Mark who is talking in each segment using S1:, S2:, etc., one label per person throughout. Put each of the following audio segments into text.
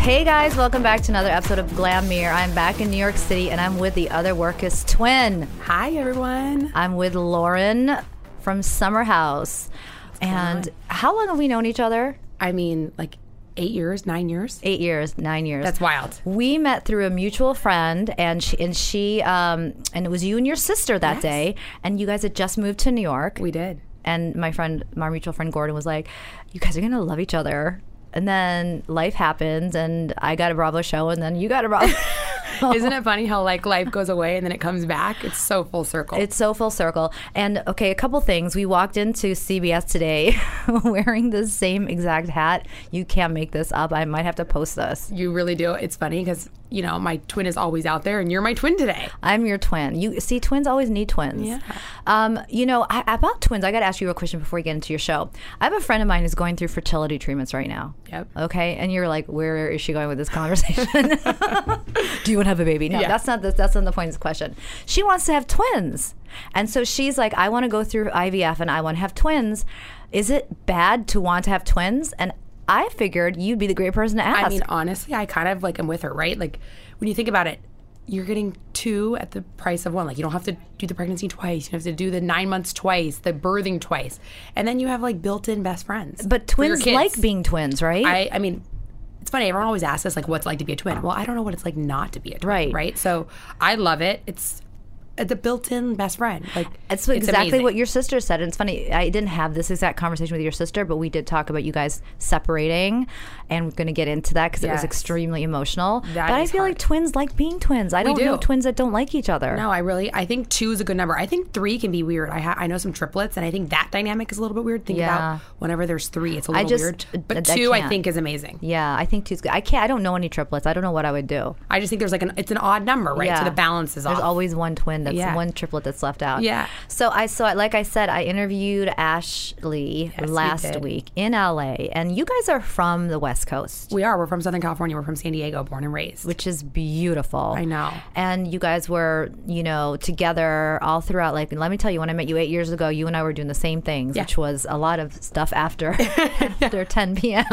S1: Hey guys, welcome back to another episode of Glam Mirror. I'm back in New York City and I'm with the other Workus twin.
S2: Hi, everyone.
S1: I'm with Lauren from Summer House. And how long have we known each other?
S2: I mean, like eight years, nine years.
S1: Eight years, nine years.
S2: That's wild.
S1: We met through a mutual friend, and she, and she, um, and it was you and your sister that day, and you guys had just moved to New York.
S2: We did.
S1: and my friend, my mutual friend Gordon was like, "You guys are gonna love each other." And then life happens, and I got a Bravo show, and then you got a Bravo.
S2: Isn't it funny how like life goes away and then it comes back? It's so full circle.
S1: It's so full circle. And okay, a couple things. We walked into CBS today wearing the same exact hat. You can't make this up. I might have to post this.
S2: you really do. It's funny because you know my twin is always out there, and you're my twin today.
S1: I'm your twin. You see, twins always need twins. Yeah. Um, you know, I, about twins, I got to ask you a question before we get into your show. I have a friend of mine who's going through fertility treatments right now.
S2: Yep.
S1: Okay, and you're like, where is she going with this conversation? Do you want to have a baby? No,
S2: Yeah.
S1: that's not the, that's not the point of this question. She wants to have twins, and so she's like, I want to go through IVF and I want to have twins. Is it bad to want to have twins? And I figured you'd be the great person to ask.
S2: I mean, honestly, I kind of like am with her, right? Like when you think about it, you're getting two at the price of one. Like you don't have to do the pregnancy twice. You don't have to do the nine months twice, the birthing twice, and then you have like built-in best friends.
S1: but
S2: for your
S1: twins
S2: kids.
S1: like being twins, right?
S2: I, I mean, it's funny. Everyone always asks us like, "What's it like to be a twin?" Well, I don't know what it's like not to be a twin,
S1: Right.
S2: Right. So I love it. It's uh, the built-in best friend. Like
S1: That's what- exactly
S2: amazing.
S1: what your sister said. And it's funny, I didn't have this exact conversation with your sister, but we did talk about you guys separating, and we're going to get into that because it was
S2: Yes.
S1: extremely emotional.
S2: That
S1: but I
S2: is
S1: feel like
S2: hard.
S1: twins like being twins. I don't know
S2: do.
S1: twins that don't like each other.
S2: No, I really, I think two is a good number. I think three can be weird. I ha- I know some triplets, and I think that dynamic is a little bit weird. Think
S1: Yeah.
S2: about whenever there's three, it's a little
S1: just-
S2: weird.
S1: I
S2: But two, I
S1: can't.
S2: think, is amazing.
S1: Yeah, I think two's good. I can't. I don't know any triplets. I don't know what I would do.
S2: I just think there's like an, it's an odd number, right?
S1: Yeah.
S2: So the balance is
S1: There's
S2: off.
S1: always one twin that's
S2: Yeah.
S1: one triplet that's left out.
S2: Yeah.
S1: So I saw, like I said, I interviewed Ashley
S2: we
S1: last
S2: did.
S1: week in LA, and you guys are from the West Coast.
S2: we are. We're from Southern California. We're from San Diego, born and raised.
S1: which is beautiful. I
S2: know.
S1: And you guys were, you know, together all throughout. Like, let me tell you, when I met you eight years ago, you and I were doing the same things,
S2: Yeah.
S1: which was a lot of stuff after after 10 p.m.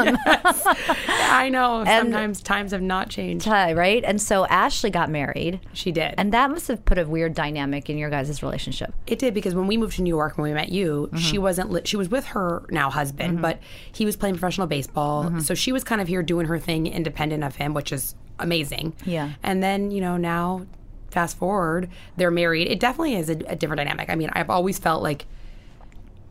S2: I know. Sometimes times have not changed.
S1: time, right? And so Ashley got married,
S2: She did.
S1: and that must have put a weird dynamic in your guys' relationship.
S2: It did because when we moved to New York, when we met you,
S1: Mm-hmm.
S2: she wasn't. Li- she was with her now husband, but he was playing professional baseball,
S1: Mm-hmm.
S2: so she was kind of here doing her thing, independent of him, which is amazing.
S1: Yeah.
S2: And then you know now, fast forward, they're married. It definitely is a, a different dynamic. I mean, I've always felt like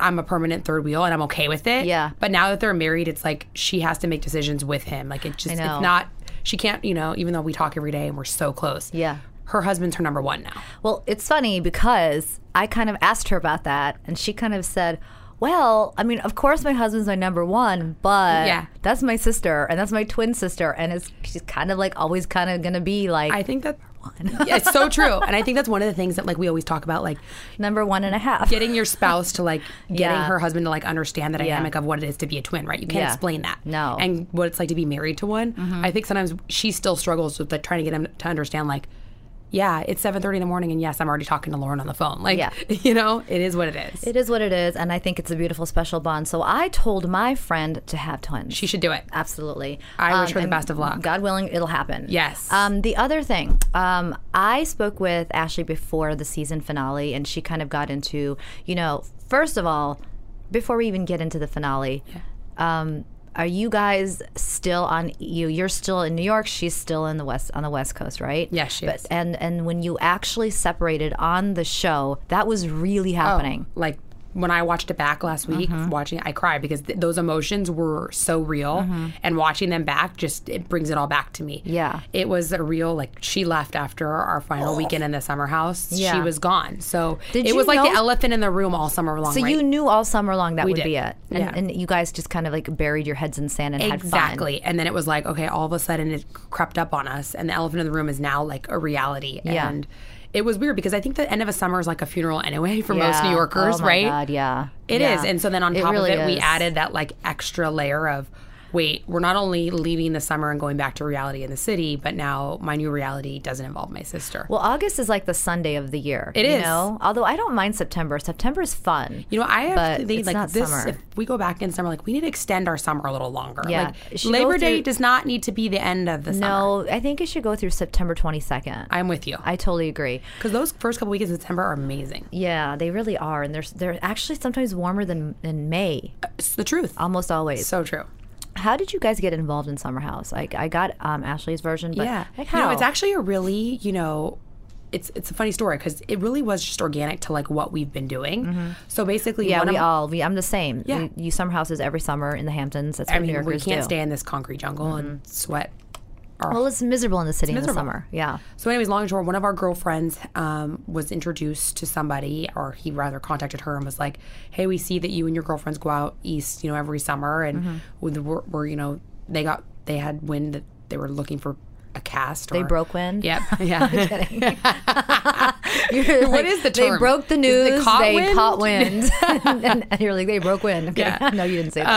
S2: I'm a permanent third wheel, and I'm okay with it.
S1: Yeah.
S2: But now that they're married, it's like she has to make decisions with him. Like it just, it's
S1: know.
S2: not. She can't. You know, even though we talk every day and we're so close.
S1: Yeah.
S2: Her husband's her number one now.
S1: Well, it's funny because I kind of asked her about that, and she kind of said, well, I mean, of course, my husband's my number one, but
S2: Yeah.
S1: that's my sister, and that's my twin sister, and it's she's kind of like always kind of gonna be like
S2: I think that Yeah, it's so true, and I think that's one of the things that like we always talk about, like
S1: number one and a half.
S2: getting your spouse to like getting
S1: Yeah.
S2: her husband to like understand the
S1: Yeah.
S2: dynamic of what it is to be a twin, right? You can't
S1: Yeah.
S2: explain that,
S1: No. Mm-hmm.
S2: and what it's like to be married to one. I think sometimes she still struggles with like trying to get him to understand, like, yeah, it's seven thirty in the morning, and yes, I'm already talking to Lauren on the phone, like,
S1: Yeah.
S2: you know, it is what it is.
S1: It is what it is, and I think it's a beautiful special bond. So I told my friend to have twins.
S2: she should do it.
S1: Absolutely.
S2: I wish her the
S1: and
S2: best of luck.
S1: God willing, it'll happen.
S2: Yes.
S1: Um, the other thing, um, I spoke with Ashley before the season finale, and she kind of got into, you know, first of all, before we even get into the finale, Um, are you guys still on you? You're still in New York. She's still in the west on the West Coast, right?
S2: Yeah, she
S1: but,
S2: is.
S1: And and when you actually separated on the show, that was really
S2: Oh.
S1: happening.
S2: Like when I watched it back last week,
S1: Uh-huh.
S2: watching it, I cried because th- those emotions were so real, and watching them back just it brings it all back to me.
S1: Uh-huh. Yeah.
S2: it was a real like she left after our final weekend in the summer house.
S1: Yeah.
S2: she was gone. So
S1: Did
S2: it
S1: you
S2: was like
S1: know-
S2: the elephant in the room all summer long.
S1: So
S2: right?
S1: you knew all summer long that would
S2: did.
S1: be it, and,
S2: Yeah.
S1: and you guys just kind of like buried your heads in sand and had fun.
S2: Exactly. And then it was like, okay, all of a sudden it crept up on us, and the elephant in the room is now like a reality.
S1: Yeah.
S2: And it was weird because I think the end of a summer is like a funeral anyway for most
S1: Yeah.
S2: New Yorkers,
S1: oh my
S2: right?
S1: God, yeah,
S2: It is,
S1: Yeah.
S2: And so then on
S1: It
S2: top
S1: really
S2: of it, we
S1: is.
S2: added that like extra layer of wait, we're not only leaving the summer and going back to reality in the city, but now my new reality doesn't involve my sister.
S1: Well, August is like the Sunday of the year. It
S2: It
S1: is. you
S2: is.
S1: Know? Although I don't mind September. September is fun.
S2: you know, I have
S1: but
S2: to think
S1: it's
S2: like
S1: not
S2: this.
S1: summer.
S2: If we go back in summer, like we need to extend our summer a little longer.
S1: Yeah.
S2: Like
S1: Should
S2: Labor
S1: go
S2: Day
S1: through-
S2: does not need to be the end of the summer.
S1: no, I think it should go through September 22nd.
S2: I'm with you.
S1: I totally agree.
S2: Because those first couple weeks in September are amazing.
S1: Yeah, they really are, and they're they're actually sometimes warmer than in May,
S2: It's the truth.
S1: almost always.
S2: so true.
S1: How did you guys get involved in Summer House? Like I got um, Ashley's version, but
S2: yeah.
S1: like
S2: You
S1: how?
S2: know, it's actually a really, you know, it's it's a funny story because it really was just organic to like what we've been doing. So basically,
S1: Mm-hmm. yeah,
S2: one
S1: we
S2: of,
S1: all we, I'm the same.
S2: Yeah.
S1: We- you summer houses every summer in the Hamptons. That's what
S2: I
S1: New
S2: mean, we
S1: Yorkers
S2: can't
S1: do.
S2: stay in this concrete jungle and sweat. Our
S1: well, it's miserable in the city in the
S2: miserable.
S1: summer. Yeah.
S2: So, anyways, long and short, one of our girlfriends um, was introduced to somebody, or he rather contacted her and was like, "Hey, we see that you and your girlfriends go out east, you know, every summer, and with- we're, we're, you know, they got they had wind that they were looking for a cast. They
S1: broke wind?
S2: Yep. Yeah.
S1: You're
S2: What
S1: like,
S2: is the
S1: They
S2: term?
S1: broke the
S2: Is it
S1: news.
S2: caught
S1: they
S2: wind?"
S1: caught wind, and, and you're like, they broke wind. Okay.
S2: Yeah.
S1: no, you didn't say that.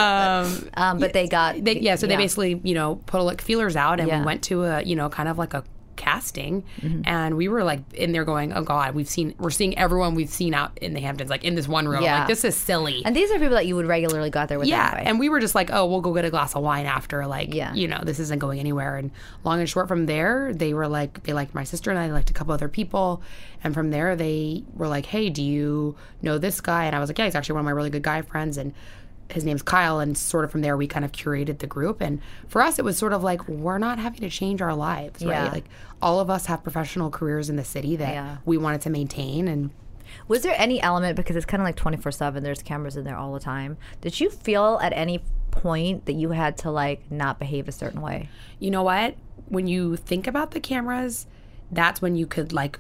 S2: um,
S1: but, um, but they got
S2: they, yeah. So they basically, you know, put like feelers out, and
S1: Yeah. Mm-hmm.
S2: we went to a, you know, kind of like a casting and we were like in there going oh god we've seen we're seeing everyone we've seen out in the hamptons like in this one room
S1: Yeah.
S2: like this is silly
S1: and these are people that you would regularly go out there with.
S2: Yeah,
S1: anyway.
S2: and we were just like, oh, we'll go get a glass of wine after. Like,
S1: Yeah.
S2: you know, this isn't going anywhere. And long and short, from there, they were like, they liked my sister and I, they liked a couple other people, and from there, they were like, hey, do you know this guy? And I was like, yeah, he's actually one of my really good guy friends, and his name's Kyle. And sort of from there, we kind of curated the group, and for us, it was sort of like we're not having to change our lives,
S1: Yeah.
S2: right? Like, all of us have professional careers in the city that
S1: Yeah.
S2: we wanted to maintain, and
S1: Was there any element because it's kind of like twenty four seven? There's cameras in there all the time. Did you feel at any point that you had to like not behave a certain way?
S2: you know what? When you think about the cameras, that's when you could like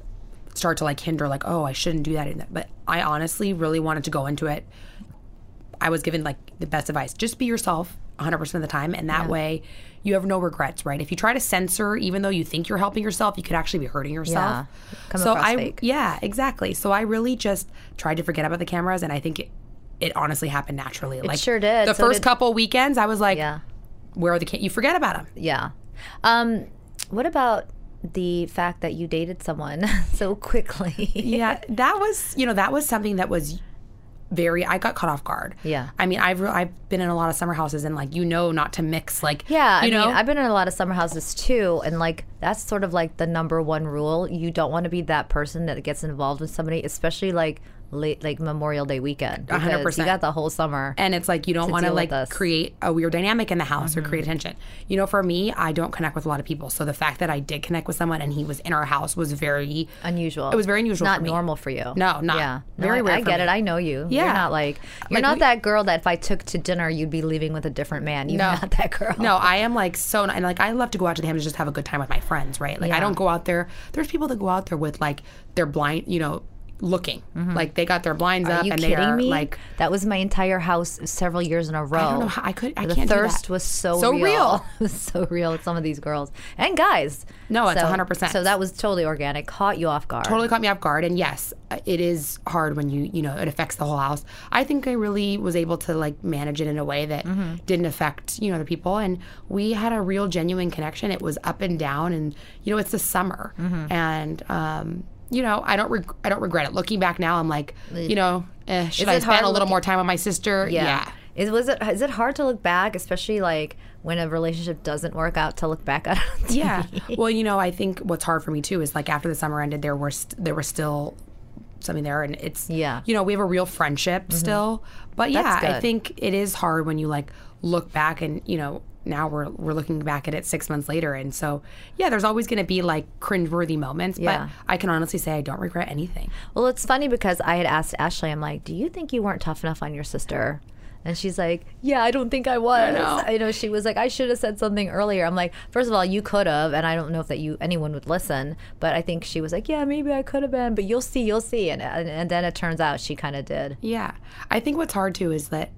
S2: start to like hinder, like, oh, I shouldn't do that. But I honestly really wanted to go into it. I was given like the best advice just be yourself 100% of the time. And that way you have no regrets, right? If you try to censor, even though you think you're helping yourself, you could actually be hurting yourself.
S1: Yeah. Come
S2: so
S1: across
S2: I,
S1: fake.
S2: yeah, exactly. So I really just tried to forget about the cameras. And I think it, it honestly happened naturally. like
S1: sure did.
S2: The
S1: So
S2: first
S1: did-
S2: couple weekends, I was like,
S1: Yeah.
S2: where are the kids? You forget about them.
S1: Yeah. Um, what about the fact that you dated someone so quickly?
S2: yeah, that was you know that was something that was very I got caught off guard.
S1: Yeah.
S2: I mean I've re- I've been in a lot of summer houses and like you know not to mix like
S1: Yeah,
S2: you
S1: I
S2: know
S1: mean, I've been in a lot of summer houses too, and like that's sort of like the number one rule. You don't want to be that person that gets involved with somebody, especially like late, like Memorial Day weekend.
S2: A hundred
S1: because You
S2: percent.
S1: got the whole summer.
S2: and it's like you don't want to
S1: deal with Mm-hmm.
S2: like
S1: us.
S2: create a weird dynamic in the house or create tension. You know, for me, I don't connect with a lot of people, so the fact that I did connect with someone and he was in our house was very
S1: unusual.
S2: It was very unusual.
S1: Not
S2: for me.
S1: normal for you.
S2: No, not-
S1: yeah.
S2: very
S1: no, I-
S2: rare
S1: I
S2: for
S1: get
S2: me.
S1: it. I know you. You're
S2: Yeah.
S1: not like you're
S2: Like,
S1: not
S2: we-
S1: that girl that if I took to dinner you'd be leaving with a different man. You're
S2: No.
S1: not that girl.
S2: No, I am like so, and like I love to go out to the Hamptons just have a good time with my friends, right? Like
S1: Yeah.
S2: I don't go out there. There's people that go out there with like they're blind, you know, looking like they got their blinds
S1: Mm-hmm. Are
S2: up
S1: you
S2: and
S1: kidding
S2: they are
S1: me?
S2: like.
S1: that was my entire house several years in a row.
S2: I don't know how I could. I
S1: the
S2: can't. do that.
S1: thirst was so
S2: So
S1: real.
S2: real.
S1: it was so real with some of these girls and guys.
S2: No, it's
S1: so,
S2: 100%.
S1: So that was totally organic. Caught you off guard.
S2: Totally caught me off guard, and yes, uh, it is hard when you you know it affects the whole house. I think I really was able to like manage it in a way that didn't affect you know the people, and we had a real genuine connection. It was up and down, and you know it's the summer, and um, you know I don't reg- I don't regret it. Looking back now, I'm like you know eh, should I
S1: it hard
S2: spend a little
S1: looking-
S2: more time with my sister? yeah.
S1: Is was it is it hard to look back, especially like when a relationship doesn't work out, to look back at? it?
S2: Yeah. well, you know, I think what's hard for me too is like after the summer ended, there were st- there were still something there, and it's
S1: Yeah. Mm-hmm.
S2: you know we have a real friendship still. But yeah,
S1: That's
S2: I
S1: good.
S2: think it is hard when you like look back and you know now we're we're looking back at it six months later, and so yeah, there's always going to be like cringeworthy moments.
S1: Yeah.
S2: But I can honestly say I don't regret anything.
S1: Well, it's funny because I had asked Ashley, I'm like, do you think you weren't tough enough on your sister? And she's like, yeah, I don't think I was. I
S2: know.
S1: she was like, I should have said something earlier. I'm like, first of all, you could have, and I don't know if that you anyone would listen, but I think she was like, yeah, maybe I could have been, but you'll see, you'll see, and and, and then it turns out she kind of did.
S2: Yeah. I think what's hard too is that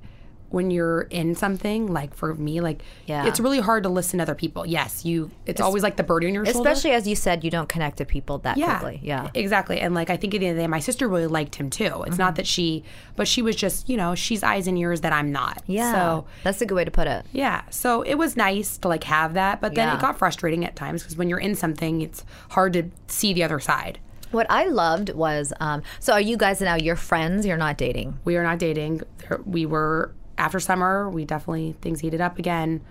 S2: when you're in something, like for me, like
S1: Yeah.
S2: it's really hard to listen to other people. Yes, you it's always like the burden on your shoulder.
S1: Especially as you said, you don't connect to people that
S2: yeah,
S1: quickly. Yeah.
S2: Exactly. And like I think at the end of the day, my sister really liked him too. It's
S1: Mm-hmm.
S2: not that she but she was just, you know, she's eyes and ears that I'm not.
S1: yeah.
S2: So
S1: that's a good way to put it.
S2: yeah, so it was nice to like have that, but then
S1: Yeah.
S2: it got frustrating at times because when you're in something, it's hard to see the other side.
S1: What I loved was, um, so are you guys now your friends? You're not dating.
S2: we are not dating. There- We were after summer. We definitely things heated up again,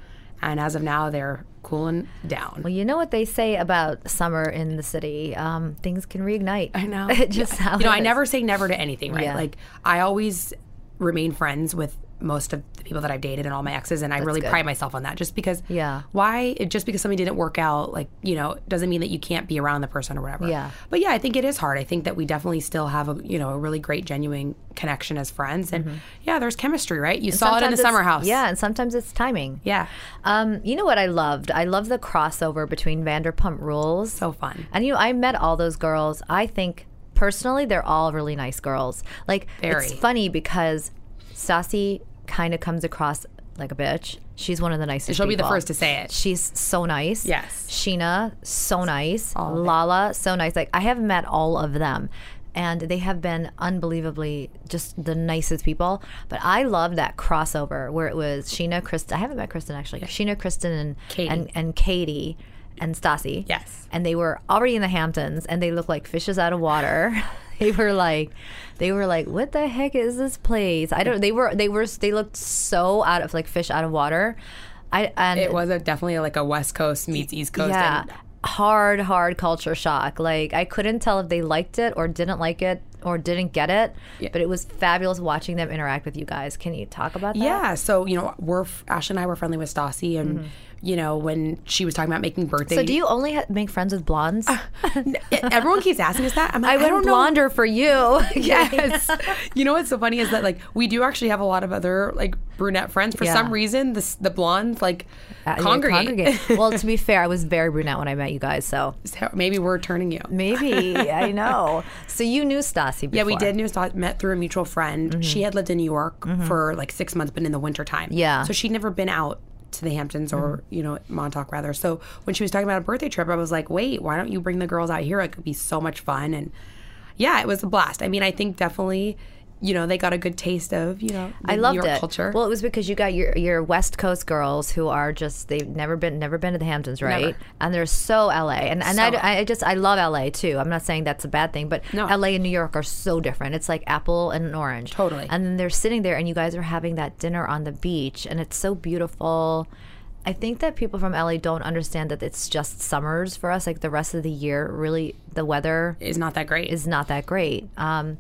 S2: and as of now, they're cooling down.
S1: Well, you know what they say about summer in the city. Um, things can reignite. I
S2: know.
S1: just how
S2: you know,
S1: it
S2: I
S1: is.
S2: never say never to anything, right?
S1: Yeah.
S2: Like I always remain friends with most of the people that I've dated and all my exes, and I really
S1: good.
S2: pride myself on that. Just because,
S1: Yeah.
S2: why? Just because something didn't work out, like you know, doesn't mean that you can't be around the person or whatever.
S1: Yeah.
S2: But yeah, I think it is hard. I think that we definitely still have a you know a really great genuine connection as friends, and yeah, there's chemistry, right? You saw it in the
S1: Mm-hmm. Sometimes it's-
S2: summer house.
S1: Yeah, and sometimes it's timing.
S2: Yeah.
S1: Um, you know what I loved? I loved the crossover between Vanderpump Rules.
S2: So fun.
S1: And you know, I met all those girls. I think personally, they're all really nice girls. Like
S2: Very.
S1: it's funny because Stassi kind of comes across like a bitch. She's one of the nicest.
S2: She'll be the
S1: people.
S2: first to say it.
S1: She's so nice.
S2: Yes.
S1: Sheena, so nice.
S2: of it.
S1: Lala, so nice. Like I have met all of them. And they have been unbelievably just the nicest people. But I love that crossover where it was Sheena, Kristen. I haven't met Kristen actually. Sheena, Kristen, and
S2: Katie.
S1: and, and Katie and Stassi.
S2: Yes.
S1: And they were already in the Hamptons and they looked like fishes out of water. they were like they were like, What the heck is this place? I don't they were they were they looked so out of like fish out of water. I and
S2: It was a, definitely like a West Coast meets East Coast.
S1: yeah.
S2: and
S1: Hard, hard culture shock. Like I couldn't tell if they liked it or didn't like it or didn't get it. But it was fabulous watching them interact with you guys. Can you talk about that? Mm-hmm.
S2: yeah. So you know, we're Ashley and I were friendly with Stassi, and you know when she was talking about making birthday.
S1: So do you only ha- make friends with blondes?
S2: Everyone keeps asking us that. I'm like,
S1: I
S2: Uh, I,
S1: went
S2: don't know.
S1: blonder for you.
S2: Yes. you know what's so funny is that like we do actually have a lot of other like brunette friends. For
S1: Yeah.
S2: some reason, the the blondes like
S1: Uh, yeah,
S2: congregate.
S1: well, to be fair, I was very brunette when I met you guys, so
S2: So maybe we're turning you.
S1: maybe I know. So you knew Stassi before. Mm-hmm.
S2: Yeah, we did. Knew Stas- met through a mutual friend. She had lived in New York for like six months, but in the wintertime.
S1: Yeah. Mm-hmm.
S2: So she'd never been out to the Hamptons or, you know, Montauk rather. So when she was talking about a birthday trip, I was like, wait, why don't you bring the girls out here? It could be so much fun. And yeah, it was a blast. I mean, I think definitely, you know, they got a good taste of, you know, the
S1: I loved
S2: New York
S1: it.
S2: culture.
S1: Well, it was because you got your your West Coast girls who are just they've never been never been to the Hamptons, right?
S2: Never.
S1: And they're so LA, and and
S2: So-
S1: I, I just I love LA too. I'm not saying that's a bad thing, but
S2: No.
S1: LA and New York are so different. It's like apple and an orange,
S2: Totally.
S1: And then they're sitting there, and you guys are having that dinner on the beach, and it's so beautiful. I think that people from LA don't understand that it's just summers for us. Like the rest of the year, really, the weather
S2: it's not that great.
S1: is not that great. Um,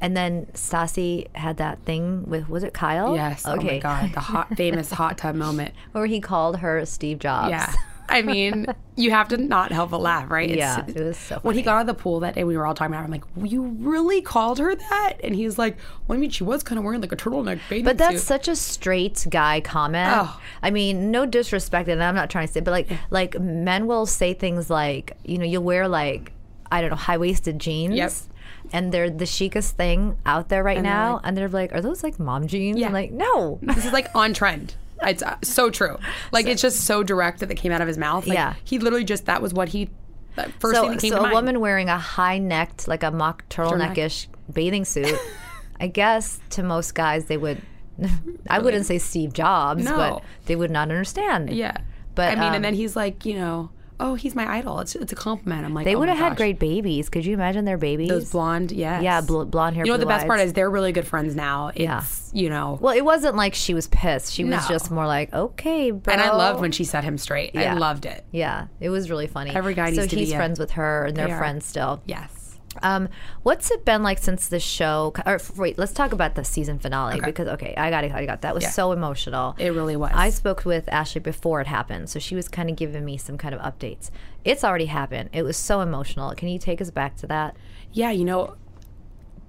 S1: and then Stassi had that thing with was it Kyle?
S2: yes. Oh
S1: Okay.
S2: my God. The hot, famous hot tub moment.
S1: Where he called her Steve Jobs.
S2: Yeah. I mean, you have to not help but laugh, right?
S1: Yeah, it was so
S2: When he got out of the pool that day, we were all talking about. It, I'm like, "You really called her that?" And he's like, "Well, I mean, she was kind of wearing like a turtleneck bathing
S1: But that's
S2: suit."
S1: such a straight guy comment.
S2: Oh.
S1: I mean, no disrespect, and I'm not trying to say, but like, like men will say things like, you know, you'll wear like, I don't know, high waisted jeans.
S2: Yep.
S1: And they're the chicest thing out there right
S2: they're
S1: now.
S2: like-
S1: and they're like, are those like mom jeans?
S2: Yeah.
S1: I'm like, no.
S2: this is like on trend. It's uh, so true. Like it's just so direct that it came out of his mouth. Like,
S1: Yeah.
S2: He literally just that was what he the first thing
S1: So,
S2: that came
S1: so
S2: to
S1: a
S2: mind.
S1: woman wearing a high necked, like a mock turtleneck ish bathing suit, I guess to most guys, they would, I wouldn't say Steve Jobs,
S2: No.
S1: but they would not understand.
S2: Yeah.
S1: But,
S2: I mean,
S1: um,
S2: and then he's like, you know, "Oh, he's my idol." It's it's a compliment. I'm like,
S1: They
S2: "Oh
S1: would
S2: my
S1: have had
S2: gosh."
S1: great babies. Could you imagine their babies?
S2: Those blonde, yes.
S1: Yeah, bl- blonde hair,
S2: You know what the
S1: blue
S2: best part
S1: eyes.
S2: is? They're really good friends now. It's,
S1: Yeah.
S2: You know.
S1: well, it wasn't like she was pissed. She was
S2: No.
S1: just more like, okay, bro.
S2: And I loved when she set him straight. I loved it.
S1: Yeah, it was really funny.
S2: Every guy
S1: so
S2: needs to be
S1: he's
S2: a-
S1: friends with her, and they're
S2: They are.
S1: friends still.
S2: Yes.
S1: Um, what's it been like since the show? Or f- wait, let's talk about the season finale because okay, I got it. I got that was so emotional.
S2: It really was.
S1: I spoke with Ashley before it happened, so she was kind of giving me some kind of updates. It's already happened. It was so emotional. Can you take us back to that?
S2: yeah, you know,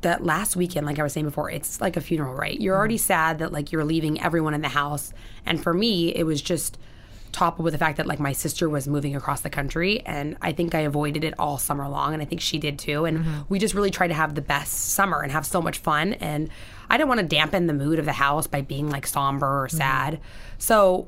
S2: that last weekend, like I was saying before, it's like a funeral, right? You're already sad that like you're leaving everyone in the house. And for me, it was just toppled with the fact that like my sister was moving across the country and I think I avoided it all summer long and I think she did too. And we just really tried to have the best summer and have so much fun. And I didn't want to dampen the mood of the house by being like somber or sad. So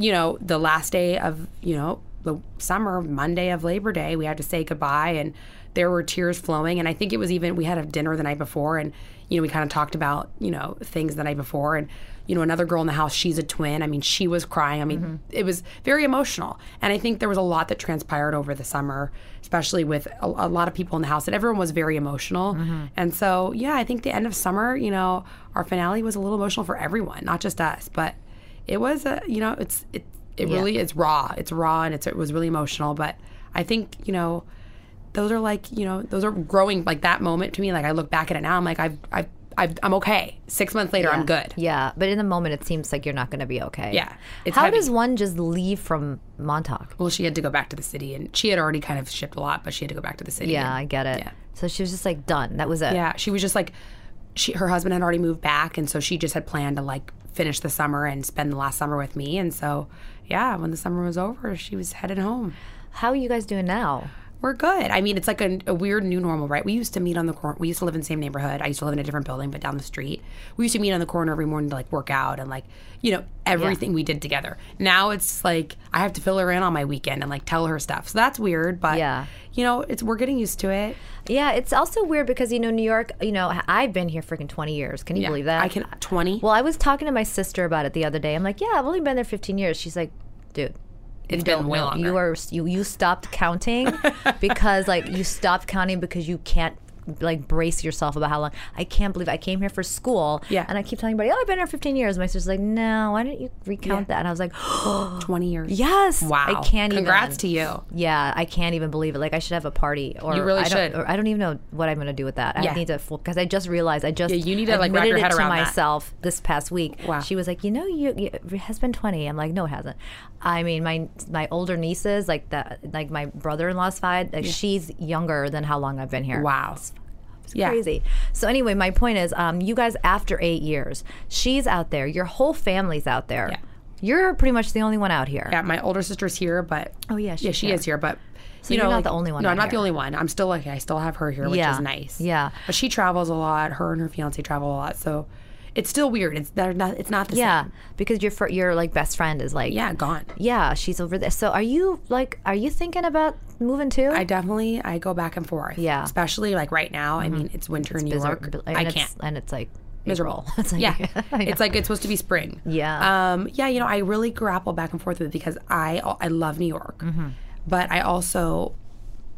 S2: you know, the last day of, you know, the summer, Monday of Labor Day, we had to say goodbye and there were tears flowing. And I think it was even, we had a dinner the night before and, you know, we kind of talked about, you know, things the night before. And, you know, another girl in the house, she's a twin. I mean, she was crying. I mean, it was very emotional. And I think there was a lot that transpired over the summer, especially with a, a lot of people in the house, and everyone was very emotional. And so, yeah, I think the end of summer, you know, our finale was a little emotional for everyone, not just us, but it was a you know it's it it really it's raw it's raw and it's it was really emotional but i think you know those are like you know those are growing like that moment to me like i look back at it now i'm like i've i've, I've i'm okay six months later i'm good
S1: Yeah, but in the moment, it seems like you're not going to be okay.
S2: Yeah, it's
S1: How
S2: heavy.
S1: does one just leave from Montauk?
S2: well she had to go back to the city and she had already kind of shipped a lot but she had to go back to the city
S1: Yeah,
S2: and-
S1: I get it.
S2: yeah.
S1: So she was just like done. That was it.
S2: Yeah, she was just like, she her husband had already moved back, and so she just had planned to like finish the summer and spend the last summer with me. And so, yeah, when the summer was over, she was headed home.
S1: How are you guys doing now?
S2: We're good. I mean, it's like a, a weird new normal, right? We used to meet on the corner. We used to live in the same neighborhood. I used to live in a different building, but down the street. We used to meet on the corner every morning to like work out and like, you know, everything we did together. Now it's like I have to fill her in on my weekend and like tell her stuff. So that's weird, but
S1: Yeah.
S2: you know, it's we're getting used to it.
S1: Yeah, it's also weird because you know New York. You know, I've been here freaking twenty years. Can you believe that?
S2: I can twenty.
S1: Well, I was talking to my sister about it the other day. I'm like, yeah, I've only been there 15 years. She's like, dude.
S2: It's
S1: you
S2: been
S1: don't
S2: way
S1: know.
S2: longer.
S1: You are you you stopped counting because like you stopped counting because you can't like brace yourself about how long. I can't believe I came here for school.
S2: Yeah.
S1: And I keep telling everybody, oh, I've been here 15 years. My sister's like, no, why don't you recount that? And I was like,
S2: 20 years.
S1: yes.
S2: Wow.
S1: I can't
S2: Congrats
S1: even.
S2: to you.
S1: Yeah, I can't even believe it. Like I should have a party, or
S2: You really
S1: I don't,
S2: should.
S1: Or I don't even know what I'm going to do with that. I
S2: Yeah.
S1: need to because I just realized I just
S2: Yeah, you need to, like, wrap
S1: admitted
S2: your head
S1: it to
S2: around that.
S1: myself this past week.
S2: Wow.
S1: She was like, you know, you, you it has been 20. I'm like, no, it hasn't. I mean, my my older nieces, like the like my brother-in-law's side, like she's younger than how long I've been here.
S2: Wow. yeah.
S1: Crazy. So anyway, my point is, um, you guys after eight years, she's out there. Your whole family's out there.
S2: Yeah.
S1: You're pretty much the only one out here.
S2: Yeah, my older sister's here, but
S1: Oh, yeah, she's
S2: yeah, she
S1: here.
S2: is here, but
S1: So
S2: you
S1: you're
S2: know,
S1: not
S2: like-
S1: the only one
S2: No, I'm
S1: out
S2: not the
S1: here.
S2: only one. I'm still like I still have her here, which
S1: Yeah.
S2: is nice.
S1: Yeah.
S2: but she travels a lot. Her and her fiance travel a lot, so it's still weird. It's they're not. It's not the
S1: Yeah,
S2: same.
S1: because your fir- your like best friend is like
S2: Yeah, gone.
S1: yeah, she's over there. So are you like are you thinking about moving too?
S2: I definitely I go back and forth.
S1: Yeah. Mm-hmm.
S2: especially like right now. I mean, it's winter in New
S1: Bizarre-
S2: York.
S1: b- and
S2: I
S1: it's-
S2: can't.
S1: and it's like
S2: miserable.
S1: It's like-
S2: yeah,
S1: I know.
S2: it's like it's supposed to be spring.
S1: Yeah.
S2: um, yeah. You know, I really grapple back and forth with it because I I love New York,
S1: Mm-hmm.
S2: but I also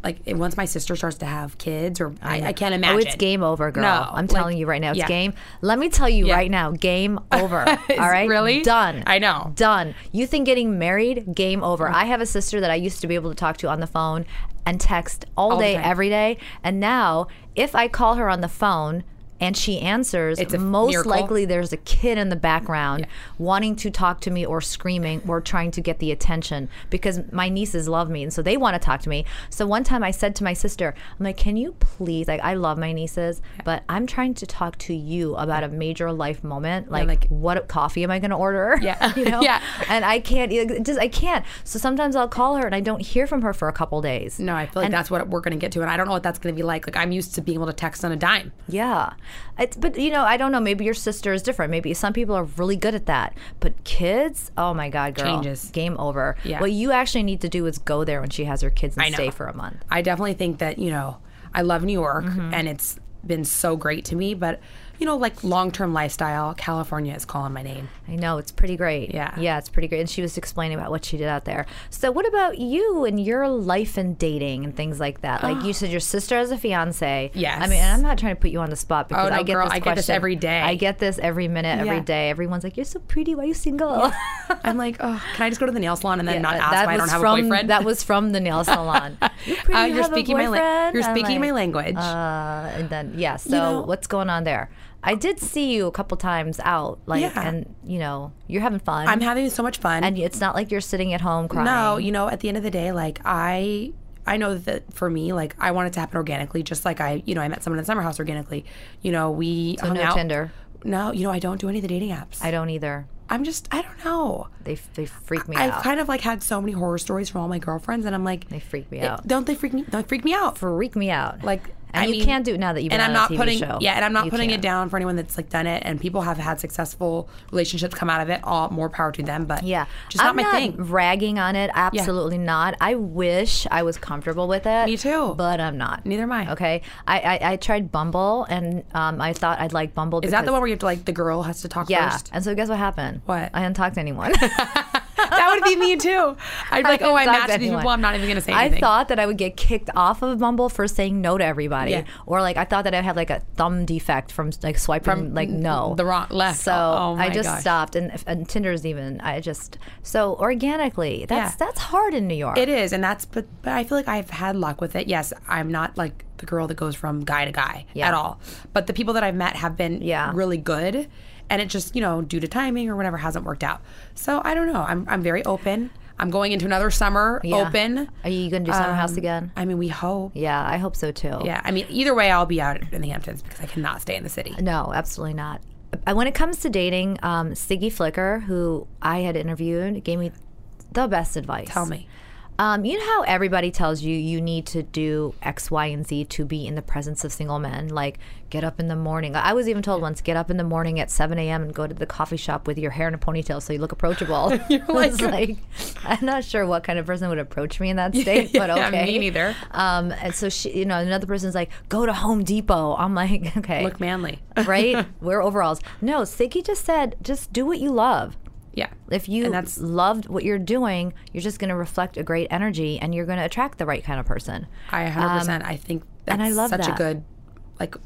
S2: like it, once my sister starts to have kids, or I, I can't imagine.
S1: Oh, it's game over, girl.
S2: No,
S1: I'm
S2: like-
S1: telling you right now, it's
S2: yeah.
S1: game. Let me tell you
S2: Yeah.
S1: right now, game over. all right,
S2: really?
S1: done.
S2: I know.
S1: done. You think getting married? Game over.
S2: Mm.
S1: I have a sister that I used to be able to talk to on the phone and text all,
S2: the
S1: day,
S2: time.
S1: every day, and now if I call her on the phone. And she answers.
S2: It's a
S1: most
S2: miracle.
S1: likely, there's a kid in the background wanting to talk to me, or screaming, or trying to get the attention because my nieces love me, and so they want to talk to me. So one time, I said to my sister, "I'm like, can you please? Like, I love my nieces, but I'm trying to talk to you about a major life moment. Like,
S2: like-
S1: what coffee am I going to order?
S2: Yeah.
S1: you know?
S2: Yeah.
S1: And I can't it just I can't. So sometimes I'll call her and I don't hear from her for a couple days.
S2: No, I feel like that's what we're going to get to, and I don't know what that's going to be like. Like I'm used to being able to text on a dime.
S1: Yeah. It's but you know, I don't know, maybe your sister is different. Maybe some people are really good at that. But kids, oh my god, girl.
S2: Changes.
S1: Game over.
S2: Yeah.
S1: What you actually need to do is go there when she has her kids and
S2: know.
S1: stay for a month. Mm-hmm.
S2: I definitely think that, you know, I love New York and it's been so great to me, but you know, like long term lifestyle. California is calling my name.
S1: I know it's pretty great.
S2: Yeah.
S1: yeah, it's pretty great. And she was explaining about what she did out there. So, what about you and your life and dating and things like that? Like you said, your sister has a fiance.
S2: Yes. Oh,
S1: I mean, and I'm not trying to put you on the spot because
S2: no,
S1: I get
S2: girl,
S1: this
S2: I get this
S1: question.
S2: every day.
S1: I get this every minute, every
S2: Yeah.
S1: day. Everyone's like, "You're so pretty. Why are you single?"
S2: I'm like, oh, can I just go to the nail salon and then not
S1: Uh,
S2: ask why I don't
S1: was
S2: have
S1: from,
S2: a boyfriend?
S1: That was from the nail salon. You're pretty,
S2: Uh,
S1: you
S2: you're
S1: have a
S2: speaking my la-
S1: boyfriend?
S2: you're
S1: I'm
S2: speaking my
S1: like,
S2: language.
S1: Uh, and then yeah, so
S2: know-
S1: what's going on there? I did see you a couple times out, like,
S2: Yeah.
S1: and you know, you're having fun.
S2: I'm having so much fun.
S1: and it's not like you're sitting at home crying.
S2: No, you know, at the end of the day, like I I know that for me, like I want it to happen organically, just like I, you know, I met someone in Summer House organically. You know, we hung
S1: no
S2: out.
S1: Tinder.
S2: No, you know, I don't do any of the dating apps.
S1: I
S2: I,
S1: don't either.
S2: am just I don't know.
S1: They they freak me
S2: I've
S1: out.
S2: kind of like had so many horror stories from all my girlfreends, and I'm like,
S1: they freak me
S2: "Eh,
S1: out.
S2: don't they freak me? Don't freak me out.
S1: freak me out.
S2: like
S1: and
S2: I
S1: you
S2: mean-
S1: can't do it now that you've been
S2: and I'm not
S1: on a TV
S2: putting
S1: show.
S2: yeah, and I'm not
S1: You
S2: putting
S1: can't.
S2: it down for anyone that's like done it, and people have had successful relationships come out of it. All more power to them, but
S1: Yeah,
S2: just
S1: I'm
S2: not my thing.
S1: Ragging on it, absolutely not. I wish I was comfortable with it.
S2: Me too.
S1: but I'm not.
S2: Neither am I.
S1: Okay, I I, I tried Bumble and um, I thought I'd like Bumble.
S2: Is that the one where you have to like the girl has to talk
S1: Yeah,
S2: first?
S1: and so guess what happened?
S2: What?
S1: I didn't talk to anyone.
S2: that would be me too. I'd be like, oh, I
S1: didn't talk
S2: matched
S1: to
S2: these
S1: anyone.
S2: people. I'm not even gonna say
S1: I
S2: anything.
S1: thought that I would get kicked off of Bumble for saying no to everybody,
S2: Yeah.
S1: or like I thought that I had like a thumb defect from like swiping like no
S2: the wrong- left.
S1: So
S2: Oh, oh my
S1: I just
S2: gosh.
S1: stopped, and, and Tinder's even. I just so organically. That's
S2: Yeah.
S1: that's hard in New York.
S2: it is, and that's but but I feel like I've had luck with it. Yes, I'm not like the girl that goes from guy to guy
S1: Yeah.
S2: at all. But the people that I've met have been
S1: Yeah.
S2: really good, and it just you know due to timing or whatever hasn't worked out. So I don't know. I'm I'm very open. I'm going into another summer
S1: Yeah.
S2: open.
S1: Are you going to do summer house
S2: Um,
S1: again?
S2: I mean, we hope. Yeah.
S1: Yeah, I hope so too.
S2: I mean, either way, I'll be out in the Hamptons because I cannot stay in the city.
S1: No, absolutely not. Uh, When it comes to dating, um, Siggy Flicker, who I had interviewed, gave me the best advice.
S2: Tell me.
S1: Um, you know how everybody tells you you need to do X, Y, and Z to be in the presence of single men? Like, get up in the morning. I was even told once, get up in the morning at 7 a.m. and go to the coffee shop with your hair in a ponytail so you look approachable. You're like, I'm not sure what kind of person would approach me in that state, but
S2: Yeah,
S1: okay.
S2: me neither.
S1: Um, and so, she, you know, another person's like, go to Home Depot. I'm like, okay.
S2: Look manly.
S1: right? Wear overalls. No, Siggy just said, just do what you love.
S2: Yeah.
S1: If you
S2: And that's-
S1: loved what you're doing, you're just going to reflect a great energy and you're going to attract the right kind of person.
S2: I 100%. I think that's
S1: Um, and I love
S2: such
S1: that.
S2: a good like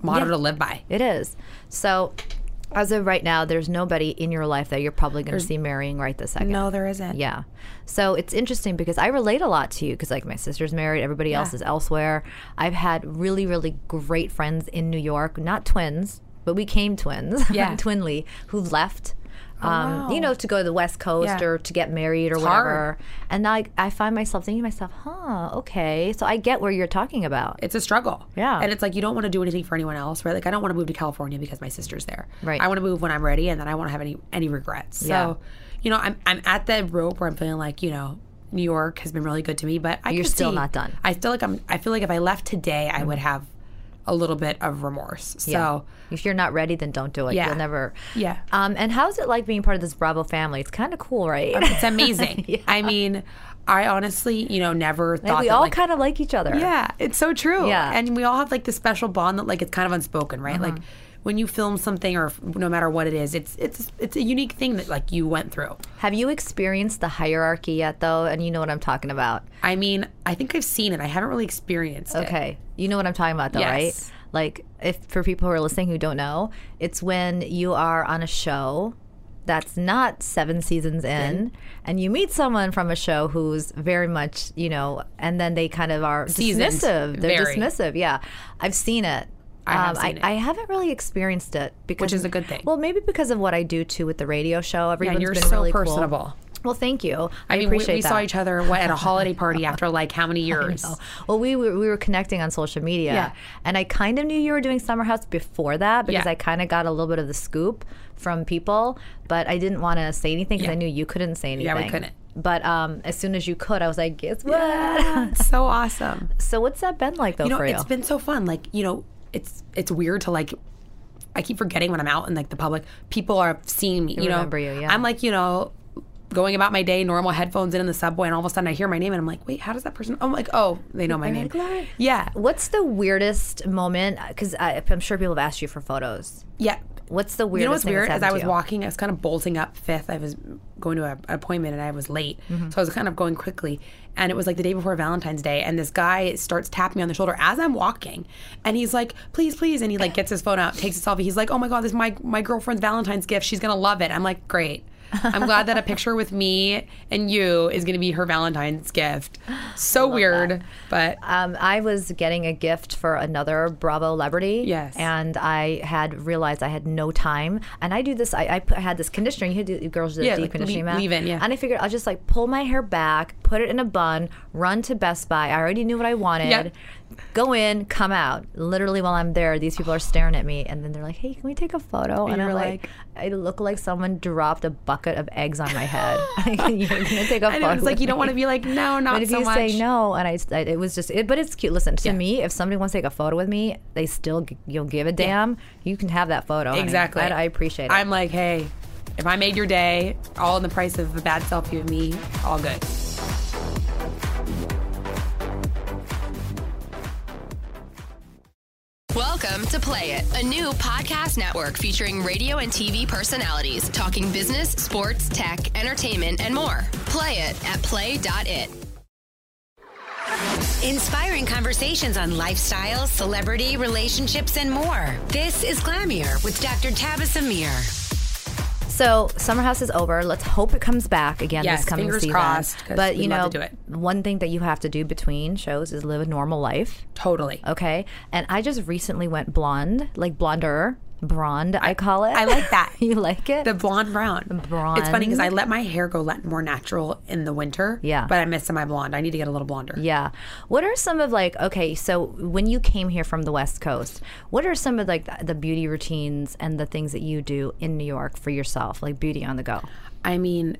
S2: motto
S1: Yeah.
S2: to live by.
S1: It is. So, as of right now, there's nobody in your life that you're probably going to see marrying right this second.
S2: No, there isn't.
S1: Yeah. So it's interesting because I relate a lot to you because, like, my sister's married, everybody else is elsewhere. I've had really, really great friends in New York, not twins, but we came twins,
S2: Yeah. Oh,
S1: twinly, who left. Um, You know, to go to the West Coast
S2: Yeah.
S1: or to get married or
S2: hard.
S1: whatever. And I, I find myself thinking to myself, huh, okay. So I get where you're talking about.
S2: It's a struggle.
S1: Yeah.
S2: And it's like you don't want to do anything for anyone else, right? Like I don't want to move to California because my sister's there.
S1: Right.
S2: I want to move when I'm ready and then I won't have any any regrets. So,
S1: Yeah.
S2: you know, I'm I'm at the rope where I'm feeling like, you know, New York has been really good to me, but I
S1: You're
S2: could
S1: still
S2: see-
S1: not done. Mm.
S2: I feel like I'm I feel like if I left today, I would have a little bit of remorse. So,
S1: Yeah. if you're not ready, then don't do it.
S2: Yeah.
S1: You'll never.
S2: Yeah.
S1: Um, and how's it like being part of this Bravo family? It's kind of cool, right?
S2: it's amazing. I mean, I honestly, you know, never thought
S1: we
S2: that,
S1: all
S2: like,
S1: kind of like each other.
S2: Yeah, it's so true.
S1: Yeah.
S2: and we all have like this special bond that like it's kind of unspoken, right? Like
S1: Uh-huh.
S2: when you film something or f- no matter what it is, it's it's it's a unique thing that like you went through.
S1: Have you experienced the hierarchy yet, though? And you know what I'm talking about.
S2: I mean, I think I've seen it. I haven't really experienced it.
S1: Okay. You know what I'm talking about, though,
S2: Uh, Yes.
S1: right? Like, if for people who are listening who don't know, it's when you are on a show that's not seven seasons in, and you meet someone from a show who's very much, you know, and then they kind of are
S2: Seasoned.
S1: dismissive. They're
S2: Very.
S1: dismissive. Yeah. I've seen it. Um,
S2: I have seen it.
S1: I, I haven't really experienced it because
S2: is a good thing.
S1: Well, maybe because of what I do too with the radio show. Everyone's
S2: And you're
S1: been
S2: so
S1: really cool.
S2: personable.
S1: Well, thank you. I,
S2: I mean, we,
S1: appreciate
S2: we
S1: that.
S2: saw each other what, at a holiday party after like how many years?
S1: Well, we were, we were connecting on social media,
S2: Yeah.
S1: and I kind of knew you were doing Summer House before that because
S2: Yeah.
S1: I kind of got a little bit of the scoop from people, but I didn't want to say anything because I
S2: Yeah.
S1: knew you couldn't say anything.
S2: Yeah, we couldn't.
S1: But um, as soon as you could, I was like, guess what?
S2: It's so awesome.
S1: So what's that been like though
S2: you know,
S1: for you?
S2: it's been so fun. Like, you know, it's it's weird to like. I keep forgetting when I'm out in like the public, people are seeing me. You know,
S1: remember you, yeah.
S2: I'm like, you know, going about my day, normal headphones in in the subway, and all of a sudden I hear my name and I'm like, wait, how does that person? I'm like, oh, they know my name.
S1: Gloria.
S2: Yeah,
S1: What's the weirdest moment? Because I'm sure people have asked you for photos.
S2: yeah.
S1: What's the weirdest?
S2: You know what's
S1: thing
S2: weird? As
S1: that's happened
S2: I
S1: to
S2: was
S1: you?
S2: walking, I was kind of bolting up Fifth. I was going to a, an appointment and I was late,
S1: Mm-hmm.
S2: so I was kind of going quickly. And it was like the day before Valentine's Day, and this guy starts tapping me on the shoulder as I'm walking, and he's like, "Please, please!" And he like gets his phone out, takes a selfie. He's like, "Oh my god, this is my my girlfriend's Valentine's gift. She's gonna love it." I'm like, "Great." I'm glad that a picture with me and you is going to be her Valentine's gift. So weird, but
S1: Um, I was getting a gift for another Bravo celebrity.
S2: Yes.
S1: And I had realized I had no time. And I do this, I, I put- had this conditioner. You do, you girls do the
S2: Yeah,
S1: deep
S2: like
S1: conditioning
S2: leave-
S1: mat.
S2: leave-in, yeah.
S1: And I figured I'll just like pull my hair back, put it in a bun, run to Best Buy. I already knew what I wanted.
S2: Yep.
S1: Go in, come out. Literally, while I'm there, these people are staring at me, and then they're like, "Hey, can we take a photo?" And
S2: you're
S1: I'm like, "I look like someone dropped a bucket of eggs on my head." you're gonna take a
S2: I
S1: photo.
S2: know, it's like
S1: with
S2: you don't
S1: me.
S2: want to be like, no, not
S1: But if
S2: so
S1: you
S2: much.
S1: say no, and I, I- it was just, it, but it's cute. Listen to me. If somebody wants to take a photo with me, they still, g- you'll give a damn. You can have that photo. honey.
S2: Exactly.
S1: I, I appreciate it.
S2: I'm like, hey, if I made your day, all in the price of a bad selfie of me, all good.
S3: Welcome to Play It, a new podcast network featuring radio and TV personalities talking business, sports, tech, entertainment, and more. Play it at play.it.
S4: Inspiring conversations on lifestyle, celebrity, relationships, and more. This is Glamier with Dr. Tabitha Amir.
S1: so summer house is over. Let's hope it comes back again
S2: Yes,
S1: this coming
S2: fingers
S1: season.
S2: crossed, 'cause
S1: but
S2: we'd
S1: you know,
S2: love to do it.
S1: one thing that you have to do between shows is live a normal life.
S2: Totally.
S1: Okay. And I just recently went blonde, like blonder, blonde. I, call it.
S2: I like that.
S1: you like it?
S2: The blonde brown.
S1: Blonde.
S2: It's funny because I let my hair go let more natural in the winter.
S1: Yeah.
S2: But I missed my blonde. I need to get a little blonder.
S1: Yeah. What are some of like okay, so when you came here from the West Coast, what are some of like the, the beauty routines and the things that you do in New York for yourself, like beauty on the go?
S2: I mean,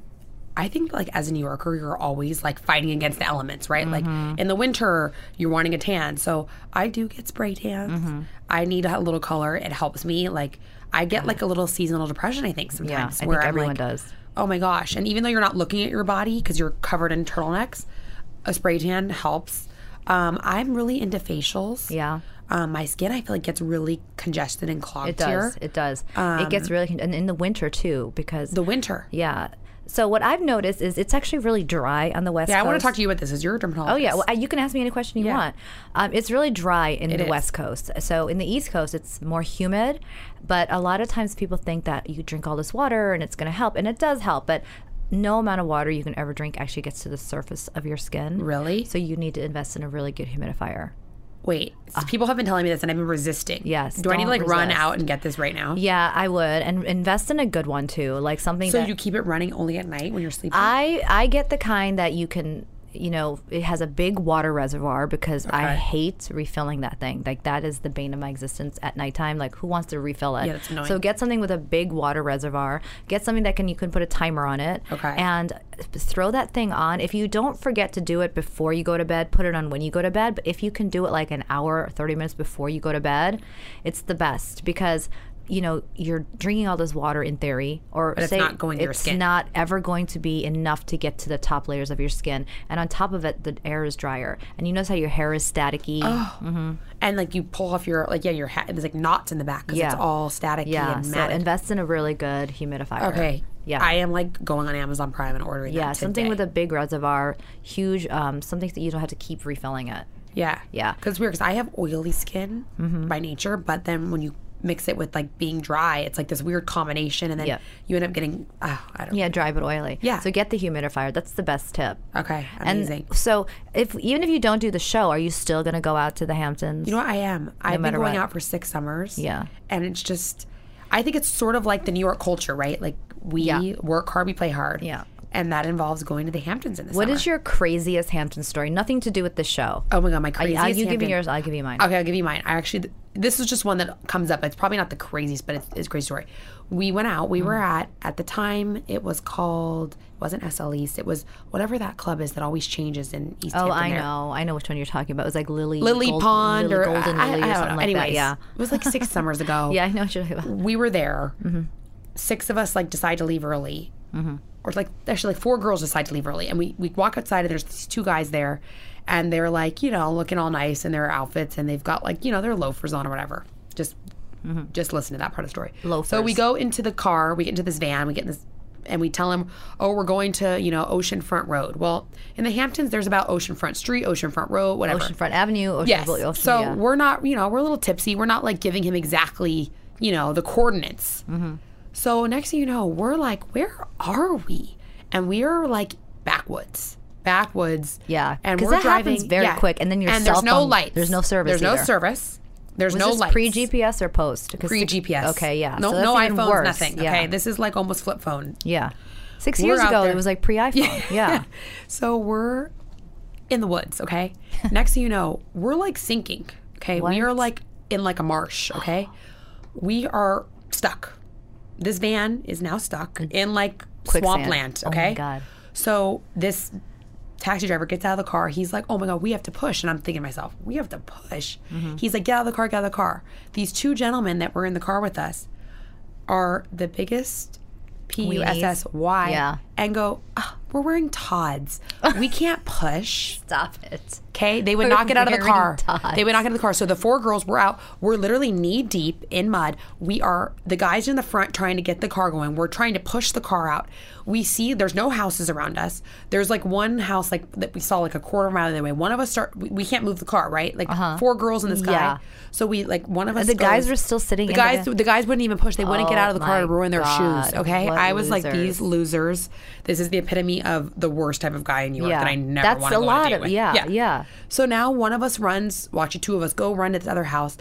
S2: I think like as a New Yorker, you're always like fighting against the elements, right?
S1: Mm-hmm.
S2: Like in the winter, you're wanting a tan. So I do get spray tans.
S1: Mm-hmm.
S2: I need a little color. It helps me. Like I get like a little seasonal depression. I think
S1: Yeah, I
S2: sometimes
S1: think
S2: where I'm
S1: everyone
S2: like,
S1: does.
S2: Oh my gosh! And even though you're not looking at your body because you're covered in turtlenecks, a spray tan helps. Um, I'm really into facials.
S1: Yeah.
S2: Um, my skin, I feel like gets really congested and clogged
S1: It does.
S2: here. Um,
S1: It does. it gets really con- and in the winter too because
S2: the winter.
S1: yeah. So what I've noticed is it's actually really dry on the West
S2: Yeah, I
S1: Coast.
S2: want to talk to you about this. Is your dermatologist?
S1: Oh yeah, well, I- you can ask me any question you want. Um, it's really dry in the
S2: is.
S1: West Coast. So in the East Coast, it's more humid, but a lot of times people think that you drink all this water and it's going to help, and it does help, but no amount of water you can ever drink actually gets to the surface of your skin.
S2: Really?
S1: So you need to invest in a really good humidifier.
S2: Wait, s- people have been telling me this, and I've been resisting.
S1: Ah. Yes,
S2: Do I need to
S1: don't
S2: like run
S1: resist.
S2: out and get this right now?
S1: Yeah, I would, and invest in a good one too, like something
S2: So
S1: that
S2: you keep it running only at night when you're sleeping.
S1: I I get the kind that you can you know it has a big water reservoir because I hate refilling that thing. Like that is the bane of my existence at nighttime. Like who wants to refill it?
S2: Yeah, that's annoying.
S1: So get something with a big water reservoir. Get something that can you can put a timer on it.
S2: Okay.
S1: And throw that thing on. If you don't forget to do it before you go to bed, put it on when you go to bed. But if you can do it like an hour or 30 minutes before you go to bed, it's the best because you know you're drinking all this water in theory or
S2: it's
S1: say
S2: not going to your
S1: it's
S2: skin.
S1: not ever going to be enough to get to the top layers of your skin. And on top of it, the air is drier. And you notice how your hair is staticky.
S2: Oh, and like you pull off your like yeah your hat. There's like knots in the back because
S1: Yeah.
S2: it's all staticky
S1: yeah.
S2: and
S1: So
S2: matted.
S1: invest in a really good humidifier.
S2: okay.
S1: Yeah.
S2: I am like going on Amazon Prime and ordering.
S1: yeah.
S2: that
S1: Something
S2: today.
S1: with a big reservoir, huge, um, something that you don't have to keep refilling it.
S2: Yeah.
S1: Yeah. Mm-hmm.
S2: Because weird, because I have oily skin by nature, but then when you mix it with like being dry, it's like this weird combination, and then
S1: Yeah.
S2: you end up getting oh, I don't.
S1: Yeah, dry but oily.
S2: Yeah.
S1: So get the humidifier. That's the best tip.
S2: Okay.
S1: And
S2: Amazing.
S1: so, if even if you don't do the show, are you still going to go out to the Hamptons?
S2: You know what I am? I've been
S1: matter
S2: going
S1: what.
S2: out for six summers.
S1: Yeah.
S2: And it's just I think it's sort of like the New York culture, right? Like we
S1: Yeah.
S2: work hard, we play hard.
S1: Yeah.
S2: And that involves going to the Hamptons in the
S1: What
S2: summer.
S1: is your craziest Hampton story? Nothing to do with the show.
S2: Oh my god, my craziest
S1: Are you give me
S2: Hampton-
S1: yours? I'll give you mine.
S2: Okay, I'll give you mine. I actually this is just one that comes up. It's probably not the craziest, but it's, it's a crazy story. We went out. We were
S1: Mm.
S2: at at the time it was called it wasn't SL East. It was whatever that club is that always changes in East.
S1: Oh,
S2: Hampton
S1: I
S2: there.
S1: know. I know which one you're talking about. It was like Lily
S2: Lily
S1: Gold-
S2: Pond
S1: Lily
S2: or
S1: Golden
S2: I,
S1: Lily
S2: I
S1: or
S2: don't
S1: something
S2: know.
S1: like
S2: Anyways,
S1: that. Yeah.
S2: it was like six summers ago.
S1: Yeah, I know what you're talking about.
S2: we were there. Six of us like decide to leave early. or like actually like four girls decide to leave early and we, we walk outside and there's these two guys there and they're like you know looking all nice in their outfits and they've got like you know their loafers on or whatever just just listen to that part of the story so we
S1: Loafers.
S2: go into the car we get into this van we get in this and we tell them oh we're going to you know oceanfront road well in the hamptons there's about oceanfront street oceanfront road whatever
S1: Oceanfront Avenue, Ocean
S2: Yes.
S1: Boulevard, Ocean,
S2: so
S1: yeah.
S2: we're not, you know, we're a little tipsy. We're not like giving him exactly, you know, the coordinates.
S1: Mm-hmm.
S2: So next thing you know, we're like, where are we? And we are like backwoods, backwoods.
S1: Yeah,
S2: and
S1: 'cause
S2: we're
S1: that
S2: driving
S1: happens very
S2: yeah.
S1: quick, and then your
S2: and
S1: cell
S2: there's no
S1: phone-
S2: lights.
S1: there's no service
S2: There's no
S1: either.
S2: service. There's
S1: was
S2: no
S1: this
S2: lights.
S1: pre GPS or post? 'Cause
S2: Pre
S1: six-
S2: GPS.
S1: Okay, yeah.
S2: No,
S1: So that's
S2: no
S1: even
S2: iPhones,
S1: worse.
S2: nothing.
S1: Yeah.
S2: Okay, this is like almost flip phone.
S1: Yeah. Six
S2: We're
S1: years
S2: out
S1: ago,
S2: there.
S1: it was like pre iPhone. Yeah.
S2: So we're in the woods, okay? Next thing you know, we're like sinking, okay? We are
S1: What?
S2: like in like a marsh, okay? we are stuck. This van is now stuck in like
S1: Mm. Quicksand.
S2: swampland,
S1: Oh my
S2: okay?
S1: God.
S2: So this taxi driver gets out of the car. He's like, oh my God, we have to push. And I'm thinking to myself, we have to push.
S1: Mm-hmm.
S2: He's like, get out of the car, get out of the car. These two gentlemen that were in the car with us are the biggest P U S S Y
S1: Yeah.
S2: and go, "Ugh, we're wearing Tods. We can't push.
S1: Stop it.
S2: Okay, they would
S1: We're
S2: not get out of the
S1: wearing
S2: car.
S1: Tods.
S2: They would not get out of the car. So the four girls were out. We're literally knee deep in mud. We are the guys in the front trying to get the car going. We're trying to push the car out. We see there's no houses around us. There's like one house like that we saw like a quarter mile away. One of us start. We, we can't move the car right. Like four girls and this guy.
S1: Uh-huh. Yeah.
S2: So we like one of us.
S1: the guys
S2: goes-
S1: were still sitting
S2: The
S1: in the
S2: guys.
S1: van.
S2: The guys wouldn't even push. They wouldn't get
S1: Oh
S2: out of the car
S1: my
S2: to ruin their shoes.
S1: God,
S2: Okay,
S1: what
S2: I was like these
S1: losers.
S2: losers. This is the epitome of the worst type of guy in New York
S1: Yeah.
S2: that I never
S1: That's
S2: want
S1: a
S2: to go on a
S1: lot
S2: date
S1: of-
S2: with.
S1: yeah, yeah.
S2: So now one of us runs, watch it, two of us go run to this other house.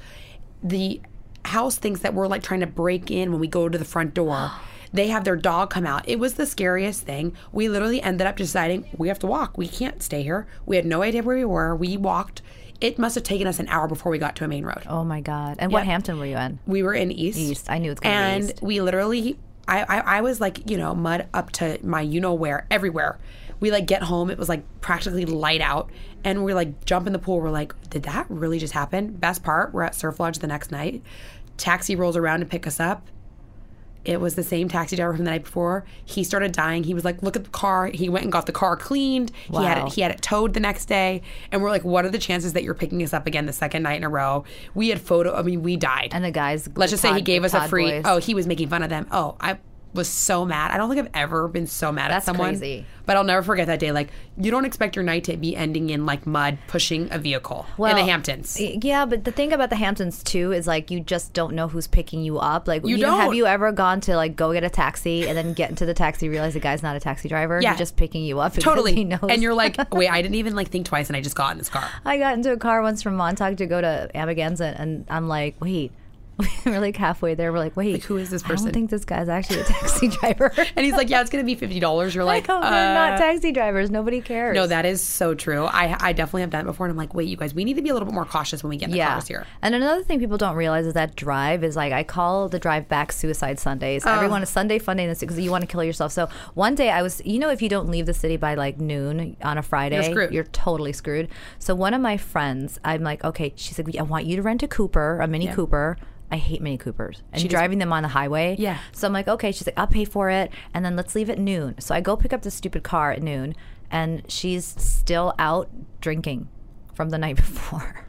S2: The house thinks that we're like trying to break in when we go to the front door. They have their dog come out. It was the scariest thing. We literally ended up deciding we have to walk. We can't stay here. We had no idea where we were. We walked. It must have taken us an hour before we got to a main road.
S1: Oh my God.
S2: Yep.
S1: And what Hampton were you in?
S2: We were in East.
S1: East. I knew it's gonna be
S2: and
S1: East.
S2: we literally, I, I, I was like, you know, mud up to my you know where, everywhere. We like get home. It was like practically light out, and we like jump in the pool. We're like, did that really just happen? Best part, we're at Surf Lodge the next night. Taxi rolls around to pick us up. It was the same taxi driver from the night before. He started dying. He was like, "Look at the car." He went and got the car cleaned. He had
S1: Wow.
S2: it. He had it towed the next day. And we're like, "What are the chances that you're picking us up again the second night in a row?" We had photo. I mean, we died.
S1: And the guys.
S2: Let's just say he
S1: Todd-
S2: gave us a
S1: Todd
S2: free.
S1: boys.
S2: Oh, he was making fun of them. Oh, I was so mad. I don't think I've ever been so mad at
S1: That's
S2: someone.
S1: crazy.
S2: But I'll never forget that day. Like you don't expect your night to be ending in like mud pushing a vehicle in the
S1: Well,
S2: Hamptons.
S1: y- Yeah, but the thing about the Hamptons too is like you just don't know who's picking you up. Like,
S2: You
S1: know, have
S2: don't.
S1: you ever gone to like go get a taxi and then get into the taxi, realize the guy's not a taxi driver?
S2: Yeah.
S1: He's just picking you up. because
S2: totally.
S1: He knows.
S2: And you're like, wait, I didn't even like think twice, and I just got in this car.
S1: I got into a car once from Montauk to go to Amagansett, and I'm like, wait. We're like halfway there. We're like, wait,
S2: Like, who is this
S1: I
S2: person?
S1: don't think this guy's actually a taxi driver.
S2: And he's like, yeah, it's gonna be fifty dollars. You're
S1: like,
S2: like,
S1: oh, they're
S2: uh,
S1: not taxi drivers. Nobody cares.
S2: No, that is so true. I I definitely have done it before, and I'm like, wait, you guys, we need to be a little bit more cautious when we get in the
S1: yeah.
S2: cars here.
S1: And another thing people don't realize is that drive is like I call the drive back suicide Sundays.
S2: Oh.
S1: Everyone is Sunday Funday this because you want to kill yourself. So one day I was, you know, if you don't leave the city by like noon on a Friday,
S2: screwed.
S1: totally screwed. So one of my friends, I'm like, okay, she's like, I want you to rent a Cooper, a Mini Cooper. I hate Mini Coopers and driving them on the highway.
S2: Yeah.
S1: So I'm like, okay. She's like, I'll pay for it, and then let's leave at noon. So I go pick up the stupid car at noon, and she's still out drinking from the night before.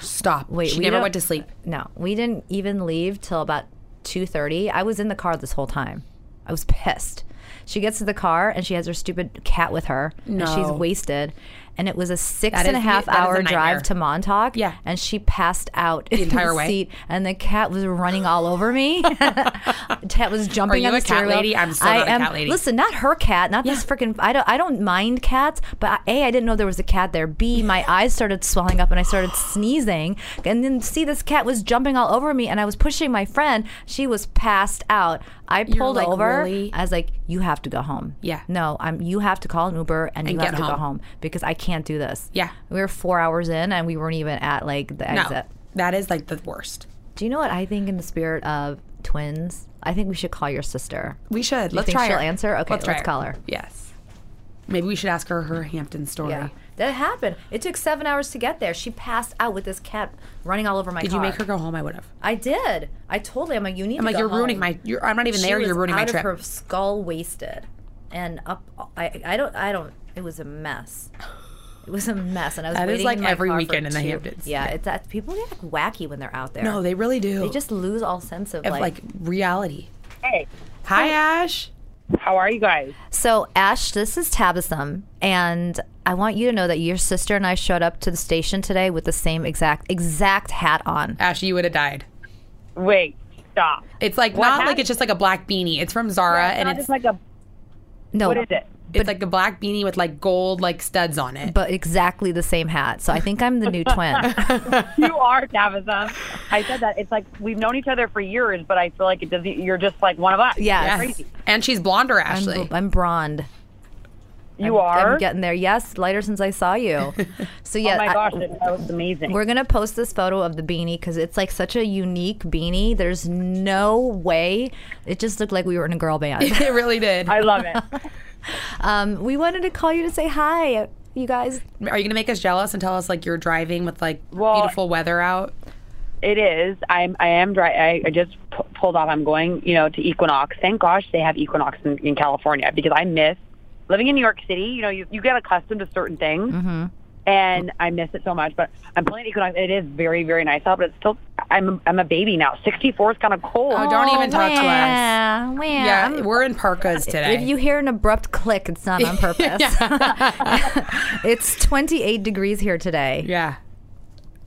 S2: Stop. Wait,
S1: Wait,
S2: she
S1: we
S2: never
S1: don't-
S2: went to sleep.
S1: No, we didn't even leave till about two thirty. I was in the car this whole time. I was pissed. She gets to the car and she has her stupid cat with her, and she's
S2: No.
S1: wasted. And it was a six
S2: That
S1: and a
S2: is-
S1: half
S2: that is a
S1: hour
S2: nightmare.
S1: drive to Montauk.
S2: Yeah.
S1: and she passed out the
S2: entire way?
S1: Seat, and the cat was running all over me. cat was jumping
S2: you
S1: on
S2: a
S1: the
S2: cat
S1: steering wheel.
S2: lady? I'm still
S1: I
S2: not a
S1: am-
S2: cat lady.
S1: Listen, not her cat. Not this freaking. I don't. I don't mind cats, but I, a I didn't know there was a cat there. B my eyes started swelling up and I started sneezing, and then see this cat was jumping all over me, and I was pushing my friend. She was passed out. I pulled
S2: like,
S1: over.
S2: really?
S1: I was like, "You have to go home."
S2: Yeah.
S1: No, I'm. You have to call an Uber and, you
S2: get
S1: have to go
S2: home.
S1: home because I can't do this.
S2: Yeah.
S1: We were four hours in and we weren't even at like the
S2: No,
S1: exit.
S2: that is like the worst.
S1: Do you know what I think in the spirit of twins? I think we should call your sister.
S2: We should. let's
S1: think
S2: try
S1: she'll
S2: her.
S1: answer? Okay,
S2: try
S1: let's call her.
S2: Yes. Maybe we should ask her her Hampton story.
S1: Yeah. That happened. It took seven hours to get there. She passed out with this cat running all over my
S2: Did
S1: car.
S2: you make her go home? I would have.
S1: I did. I totally. I'm like, you need
S2: I'm
S1: to
S2: like,
S1: go
S2: you're ruining
S1: home."
S2: my. You're, I'm not even
S1: She
S2: there.
S1: was
S2: You're ruining my
S1: out
S2: trip.
S1: Of her skull wasted. and up. I, I don't. I don't. It was a mess. It was a mess, and I was
S2: That is
S1: waiting
S2: like
S1: in my
S2: every
S1: car for
S2: weekend in the
S1: two-
S2: Hamptons.
S1: Yeah, it's that people get like wacky when they're out there.
S2: No, they really do.
S1: they just lose all sense of
S2: Of,
S1: like.
S2: like, reality.
S5: Hey,
S2: Hi, Ash.
S5: how are you guys?
S1: So Ash, this is Tabitha, and I want you to know that your sister and I showed up to the station today with the same exact exact hat on.
S2: Ash, you would have died.
S5: Wait, stop.
S2: It's like not like
S5: happened?
S2: it's just like a black beanie. It's from Zara and
S5: Not
S2: it's
S5: just like a
S1: No,
S5: what is it?
S2: it's like a black beanie with like gold like studs on it.
S1: but exactly the same hat. So I think I'm the new twin.
S5: You are Tabitha. I said that it's like we've known each other for years, but I feel like it doesn't. You're just like one of us.
S1: Yes.
S2: Yes.
S5: crazy.
S2: And she's blonder, Ashley.
S1: I'm, I'm blonde.
S5: you are.
S1: I'm getting there. Yes, lighter since I saw you. So yeah,
S5: oh my
S1: I-
S5: gosh, that that was amazing.
S1: we're gonna post this photo of the beanie because it's like such a unique beanie. There's no way. It just looked like we were in a girl band.
S2: it really did.
S5: I love it.
S1: um, we wanted to call you to say hi, you guys.
S2: Are you gonna make us jealous and tell us like you're driving with like
S5: Well-
S2: beautiful weather out?
S5: it is. I'm. I am dry. I, I just p- pulled off. I'm going. You know, to Equinox. Thank gosh they have Equinox in, in California because I miss living in New York City. You know, you you get accustomed to certain things. and I miss it so much. But I'm playing Equinox. It is very, very nice out, but it's still. I'm I'm a baby now. 64 is kind of cold.
S2: Oh, don't even talk to us.
S1: Yeah, well,
S2: Yeah,
S1: I'm-
S2: we're in parkas today.
S1: Um, If you hear an abrupt click, it's not on purpose. it's 28 degrees here today.
S2: yeah.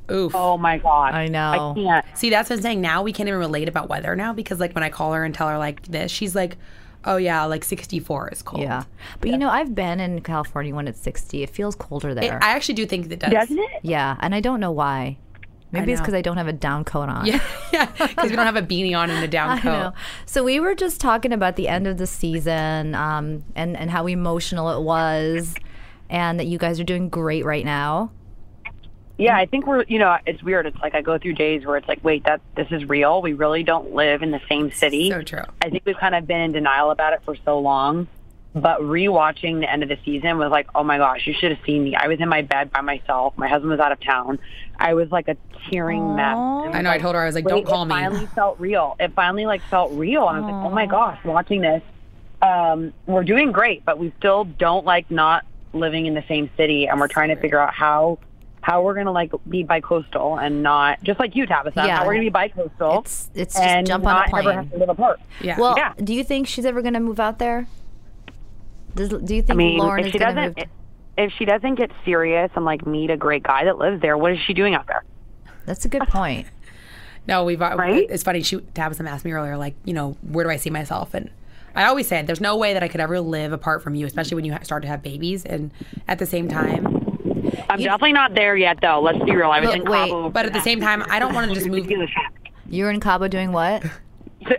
S2: Oof.
S5: Oh my god.
S1: I know.
S5: I can't.
S2: See, that's what I'm saying. Now we can't even relate about weather now because like when I call her and tell her like this, she's like, "Oh yeah, like 64 is cold."
S1: Yeah. But you know, I've been in California when it's 60. It feels colder there.
S2: I actually do think it does.
S5: Doesn't it?
S1: yeah. And I don't know why. Maybe it's
S2: know.
S1: because I don't have a down coat on.
S2: yeah, because we don't have a beanie on and a down
S1: I know.
S2: coat.
S1: So we were just talking about the end of the season um, and, and how emotional it was and that you guys are doing great right now.
S5: Yeah, I think we're. You know, it's weird. It's like I go through days where it's like, wait, that this is real. We really don't live in the same city.
S2: So true.
S5: I think we've kind of been in denial about it for so long. But rewatching the end of the season was like, oh my gosh, you should have seen me. I was in my bed by myself. My husband was out of town. I was like a tearing mess.
S2: I know. I told her I was like,
S5: Wait,
S2: "Don't call
S5: it
S2: me."
S5: finally felt real. It finally like felt real. And I was like, oh my gosh, watching this, um, we're doing great, but we still don't like not living in the same city, and we're trying to figure out how how we're gonna like be bi-coastal and not just like you, Tabitha.
S1: Yeah.
S5: How we're gonna be bi-coastal.
S1: It's- it's just
S5: and
S1: jump on a
S5: not ever
S1: plane.
S5: have to live apart.
S2: Yeah.
S1: Well,
S5: Yeah.
S1: do you think she's ever going to move out there? Does, do you think
S5: I mean,
S1: Lauren
S5: if
S1: is
S5: she
S1: going to move?
S5: doesn't. If she doesn't get serious and like meet a great guy that lives there, what is she doing out there?
S1: That's a good point.
S2: No, we've. uh,
S5: Right?
S2: It's funny. She Tabitha asked me earlier, like, you know, where do I see myself? And I always said, there's no way that I could ever live apart from you, especially when you ha- start to have babies. And at the same time,
S5: I'm definitely not there yet, though. Let's be real. I was
S1: But
S5: in
S1: wait,
S5: Cabo.
S2: but at the same time, I don't want to just move.
S1: You're in Cabo doing what?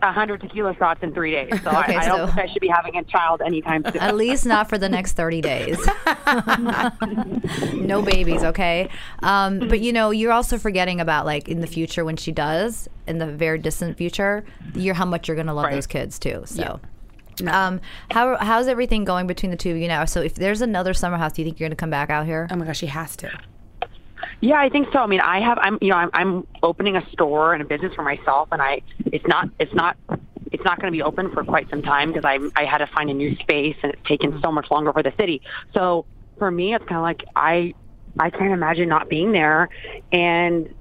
S5: a hundred tequila shots in three days. So
S1: Okay,
S5: I, I don't
S1: so-
S5: think I should be having a child anytime soon.
S1: At least not for the next 30 days. no babies, okay? Um, but you know, you're also forgetting about like in the future when she does, in the very distant future, you're how much you're going to love those kids too. So. Um, how how's everything going between the two of you now? So if there's another summer house, do you think you're going to come back out here?
S2: Oh my gosh, she has to.
S5: Yeah, I think so. I mean, I have. I'm. You know, I'm, I'm opening a store and a business for myself, and I. It's not. It's not. It's not going to be open for quite some time because I. I had to find a new space, and it's taken so much longer for the city. So for me, it's kind of like I. I can't imagine not being there, and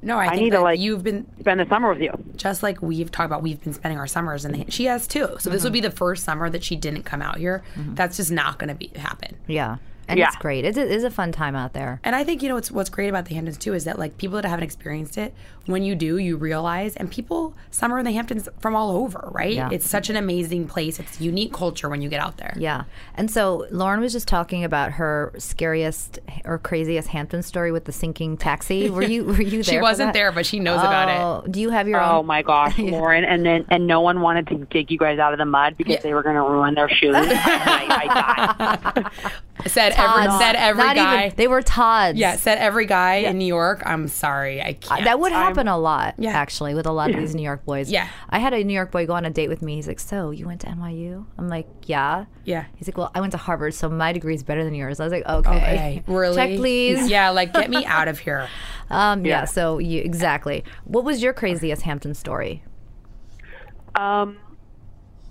S2: No, I, think
S5: need to,
S2: that
S5: like-
S2: you've been
S5: spend the summer with you.
S2: just like we've talked about, we've been spending our summers, and she has too. So this would be the first summer that she didn't come out here. That's just not going to be happen.
S1: yeah. And it's
S5: Yeah.
S1: great. It's a, it's a fun time out there.
S2: And I think you know what's what's great about the Hamptons too is that like people that haven't experienced it, when you do, you realize. And people summer in the Hamptons from all over, right?
S1: Yeah.
S2: It's such an amazing place. It's unique culture when you get out there.
S1: Yeah. And so Lauren was just talking about her scariest or craziest Hampton story with the sinking taxi. Were you were you there?
S2: She
S1: for
S2: wasn't
S1: that?
S2: there, but she knows about it.
S1: Oh, do you have your
S5: Oh
S1: own?
S5: my gosh, Lauren! And then and no one wanted to dig you guys out of the mud because they were going to ruin their shoes. And I, I died.
S2: Said every
S1: Todd.
S2: said every
S1: Not
S2: guy.
S1: Even, they were Todd's.
S2: yeah, said every guy in New York. I'm sorry, I can't.
S1: Uh, That would happen a lot,
S2: Yeah.
S1: actually, with a lot of these New York boys.
S2: Yeah.
S1: I had a New York boy go on a date with me. He's like, So, you went to NYU? I'm like, Yeah.
S2: Yeah.
S1: He's like, Well, I went to Harvard, so my degree's better than yours. I was like, Okay.
S2: Okay, really?
S1: Check, please.
S2: Yeah, like get me out of here.
S1: Um, yeah. so, you exactly. What was your craziest Hampton story?
S5: Um,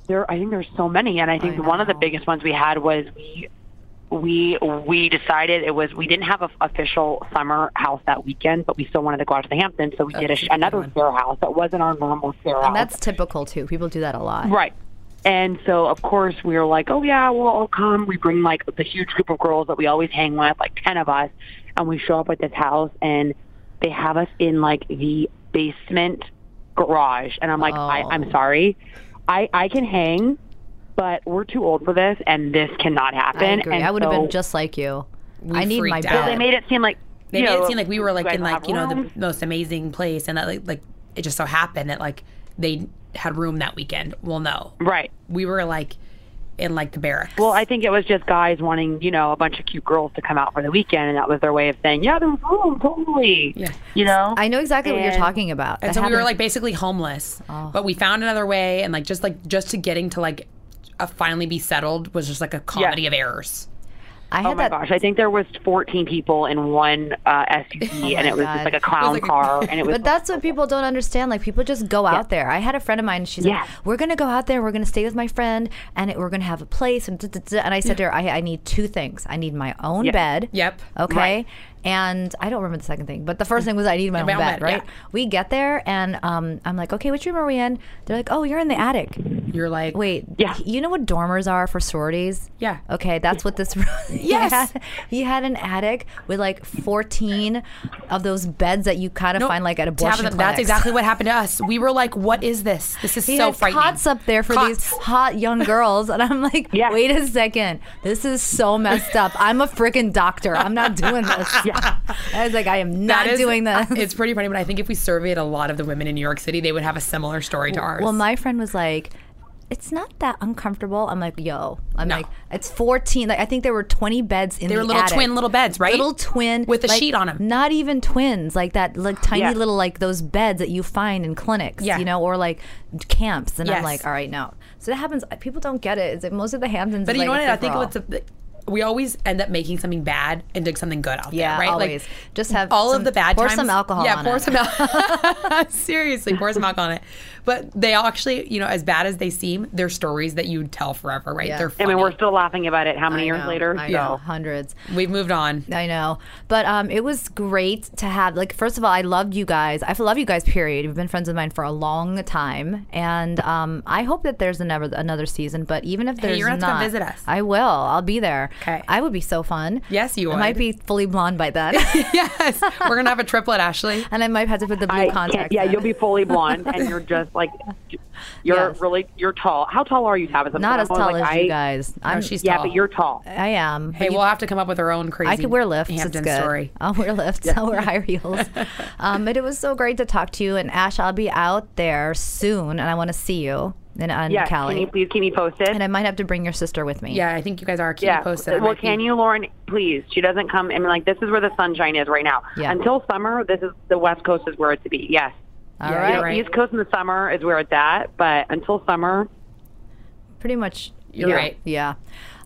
S5: there, I think there's so many, and I think one of the biggest ones we had was we we we decided it was we didn't have an official summer house that weekend, but we still wanted to go out to the Hamptons, so we did a, sh- another fair house that wasn't our normal fair house.
S1: And that's typical too. People do that a lot.
S5: Right. And so, of course, we were like, oh, yeah, we'll all come. We bring like the huge group of girls that we always hang with, like 10 of us. And we show up at this house and they have us in like the basement garage. And I'm like, I,
S2: Oh.
S5: I'm sorry. I, I can hang, but we're too old for this and this cannot happen.
S1: I agree.
S5: And
S1: I would have
S5: so
S1: been just like you. I need my
S2: freaked out.
S5: They
S1: bed.
S5: made it seem like.
S2: They
S5: you
S2: made
S5: know,
S2: it seem like we were like
S5: guys
S2: in
S5: don't
S2: like
S5: have
S2: you know the
S5: rooms.
S2: most amazing place, and that like like it just so happened that like they had room that weekend. Well, no,
S5: Right.
S2: we were like in like the barracks.
S5: Well, I think it was just guys wanting, you know, a bunch of cute girls to come out for the weekend, and that was their way of saying, "Yeah, there's room, totally."
S2: Yeah.
S5: You know.
S1: I know exactly what you're
S5: And-
S1: talking about.
S2: and
S1: That
S2: so we were
S1: happens-
S2: like basically homeless,
S1: Oh.
S2: but we found another way, and like just like just to getting to like uh, finally be settled was just like a comedy of errors.
S1: I had
S5: Oh my
S1: that.
S5: gosh! I think there was 14 people in one uh, SUV, and it was
S1: Oh God.
S5: just like a clown
S2: like a-
S5: car, and it was.
S1: But that's what people don't understand. Like people just go out there. I had a friend of mine. She's
S5: Yeah.
S1: like, "We're gonna go out there. We're gonna stay with my friend, and it, we're gonna have a place." And, da, da, da." and I said to her, I, "I need two things. I need my own bed.
S2: Yep.
S1: Okay. And I don't remember the second thing, but the first thing was I need my own
S2: my
S1: bed.
S2: own bed,
S1: right.
S2: yeah.
S1: We get there, and um, I'm like, "Okay, which room are we in?" They're like, "Oh, you're in the attic."
S2: You're like
S1: Wait.
S5: Yeah.
S1: You know what dormers are for sororities?
S2: Yeah.
S1: Okay, that's what this.
S2: Yes.
S1: he, had, he had an attic with like 14 of those beds that you kind of
S2: Nope.
S1: find like at abortion
S2: Tabitha,
S1: clinics.
S2: That's exactly what happened to us. We were like, "What is this? This is
S1: He
S2: so
S1: had
S2: frightening."
S1: cots up there for these
S2: Cots.
S1: hot young girls, and I'm like,
S5: Yeah.
S1: wait a second, this is so messed up. I'm a freaking doctor. I'm not doing this. I was like, I am
S2: That
S1: not
S2: is-
S1: doing this.
S2: It's pretty funny, but I think if we surveyed a lot of the women in New York City, they would have a similar story to ours.
S1: Well, my friend was like, it's not that uncomfortable. I'm like, yo. I'm
S2: No.
S1: like, it's 14. Like, I think there were 20 beds in
S2: They were
S1: the
S2: little
S1: attic.
S2: twin little beds, right?
S1: Little twin
S2: With a
S1: like,
S2: sheet on 'em.
S1: Not even twins, like that, like tiny
S5: Yeah.
S1: little like those beds that you find in clinics,
S2: Yeah.
S1: you know, or like camps. And I'm
S2: Yes.
S1: like, all right, no. So that happens. uh, People don't get it. It's like most of the Hamptons.
S2: But
S1: is
S2: you know
S1: like
S2: what?
S1: a
S2: I think
S1: free-for-all.
S2: what's a, we always end up making something bad and dig something good out
S1: Yeah,
S2: there, right?
S1: always. Just have
S2: all
S1: some-
S2: of the bad
S1: pour
S2: times.
S1: some alcohol
S2: Yeah,
S1: on
S2: pour
S1: it.
S2: some alcohol. Seriously, pour some alcohol on it. But they actually, you know, as bad as they seem, they're stories that you tell forever, right?
S1: Yeah.
S2: They're
S5: I
S2: funny.
S5: mean, we're still laughing about it. How many
S1: I
S5: years
S1: know,
S5: later?
S1: I
S5: So-
S1: know, hundreds.
S2: We've moved on.
S1: I know. But um, it was great to have, like, first of all, I loved you guys. I love you guys, period. You've been friends of mine for a long time. And um, I hope that there's another, another season. But even if there's
S2: you're gonna have to
S1: not,
S2: come visit us.
S1: I will. I'll be there.
S2: 'Kay.
S1: I would be so fun.
S2: Yes, you
S1: I might
S2: would.
S1: be fully blonde by then.
S2: yes, we're gonna have a triplet, Ashley.
S1: and I might have to put the blue
S5: I can't-
S1: contacts
S5: yeah,
S1: in.
S5: you'll be fully blonde, and you're just like, you're
S1: Yes.
S5: really, you're tall. How tall are you, Tabitha?
S1: Not as
S5: Because I'm
S1: tall
S5: always
S1: as
S5: like,
S1: you
S5: I-
S1: guys. I'm,
S2: No, she's
S5: Yeah,
S2: tall.
S5: but you're tall.
S1: I am.
S2: Hey, we'll have to come up with our own crazy.
S1: I could wear lifts.
S2: Hampton
S1: it's good.
S2: story.
S1: I'll wear lifts. I'll wear high heels. Um, but it was so great to talk to you. And Ash, I'll be out there soon, and I want to see you in, in
S5: Yeah.
S1: Cali.
S5: Can you please keep me posted?
S1: and I might have to bring your sister with me.
S2: Yeah, I think you guys are. Keep
S5: yeah.
S2: me posted. I
S5: Well,
S2: might be-
S5: can you, Lauren? Please. She doesn't come. I mean, like, this is where the sunshine is right now.
S1: Yeah.
S5: Until summer, this is the West Coast is where it's to be. Yes.
S1: All
S2: Yeah,
S1: right.
S2: you're right.
S5: East Coast in the summer is where it's at, but until summer,
S1: Pretty much.
S2: You're
S1: yeah.
S2: right.
S1: Yeah.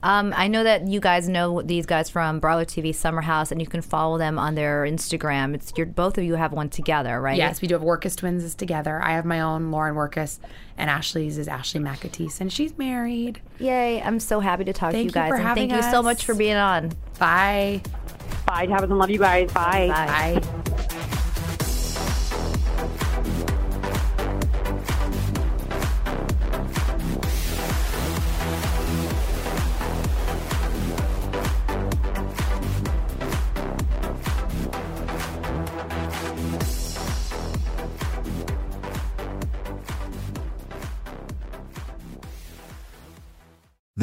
S1: Um, I know that you guys know these guys from Bravo TV Summer House, and you can follow them on their Instagram. It's your both of you have one together, right?
S2: Yes, we do have Workus twins is together. I have my own Lauren Workus, and Ashley's is Ashley McAteese, and she's married.
S1: Yay! I'm so happy to talk
S2: Thank
S1: to you
S2: you
S1: guys,
S2: for
S1: and
S2: having
S1: thank you so
S2: us.
S1: much for being on.
S2: Bye.
S5: bye, Tabitha. Love you guys.
S1: Bye.
S2: Bye.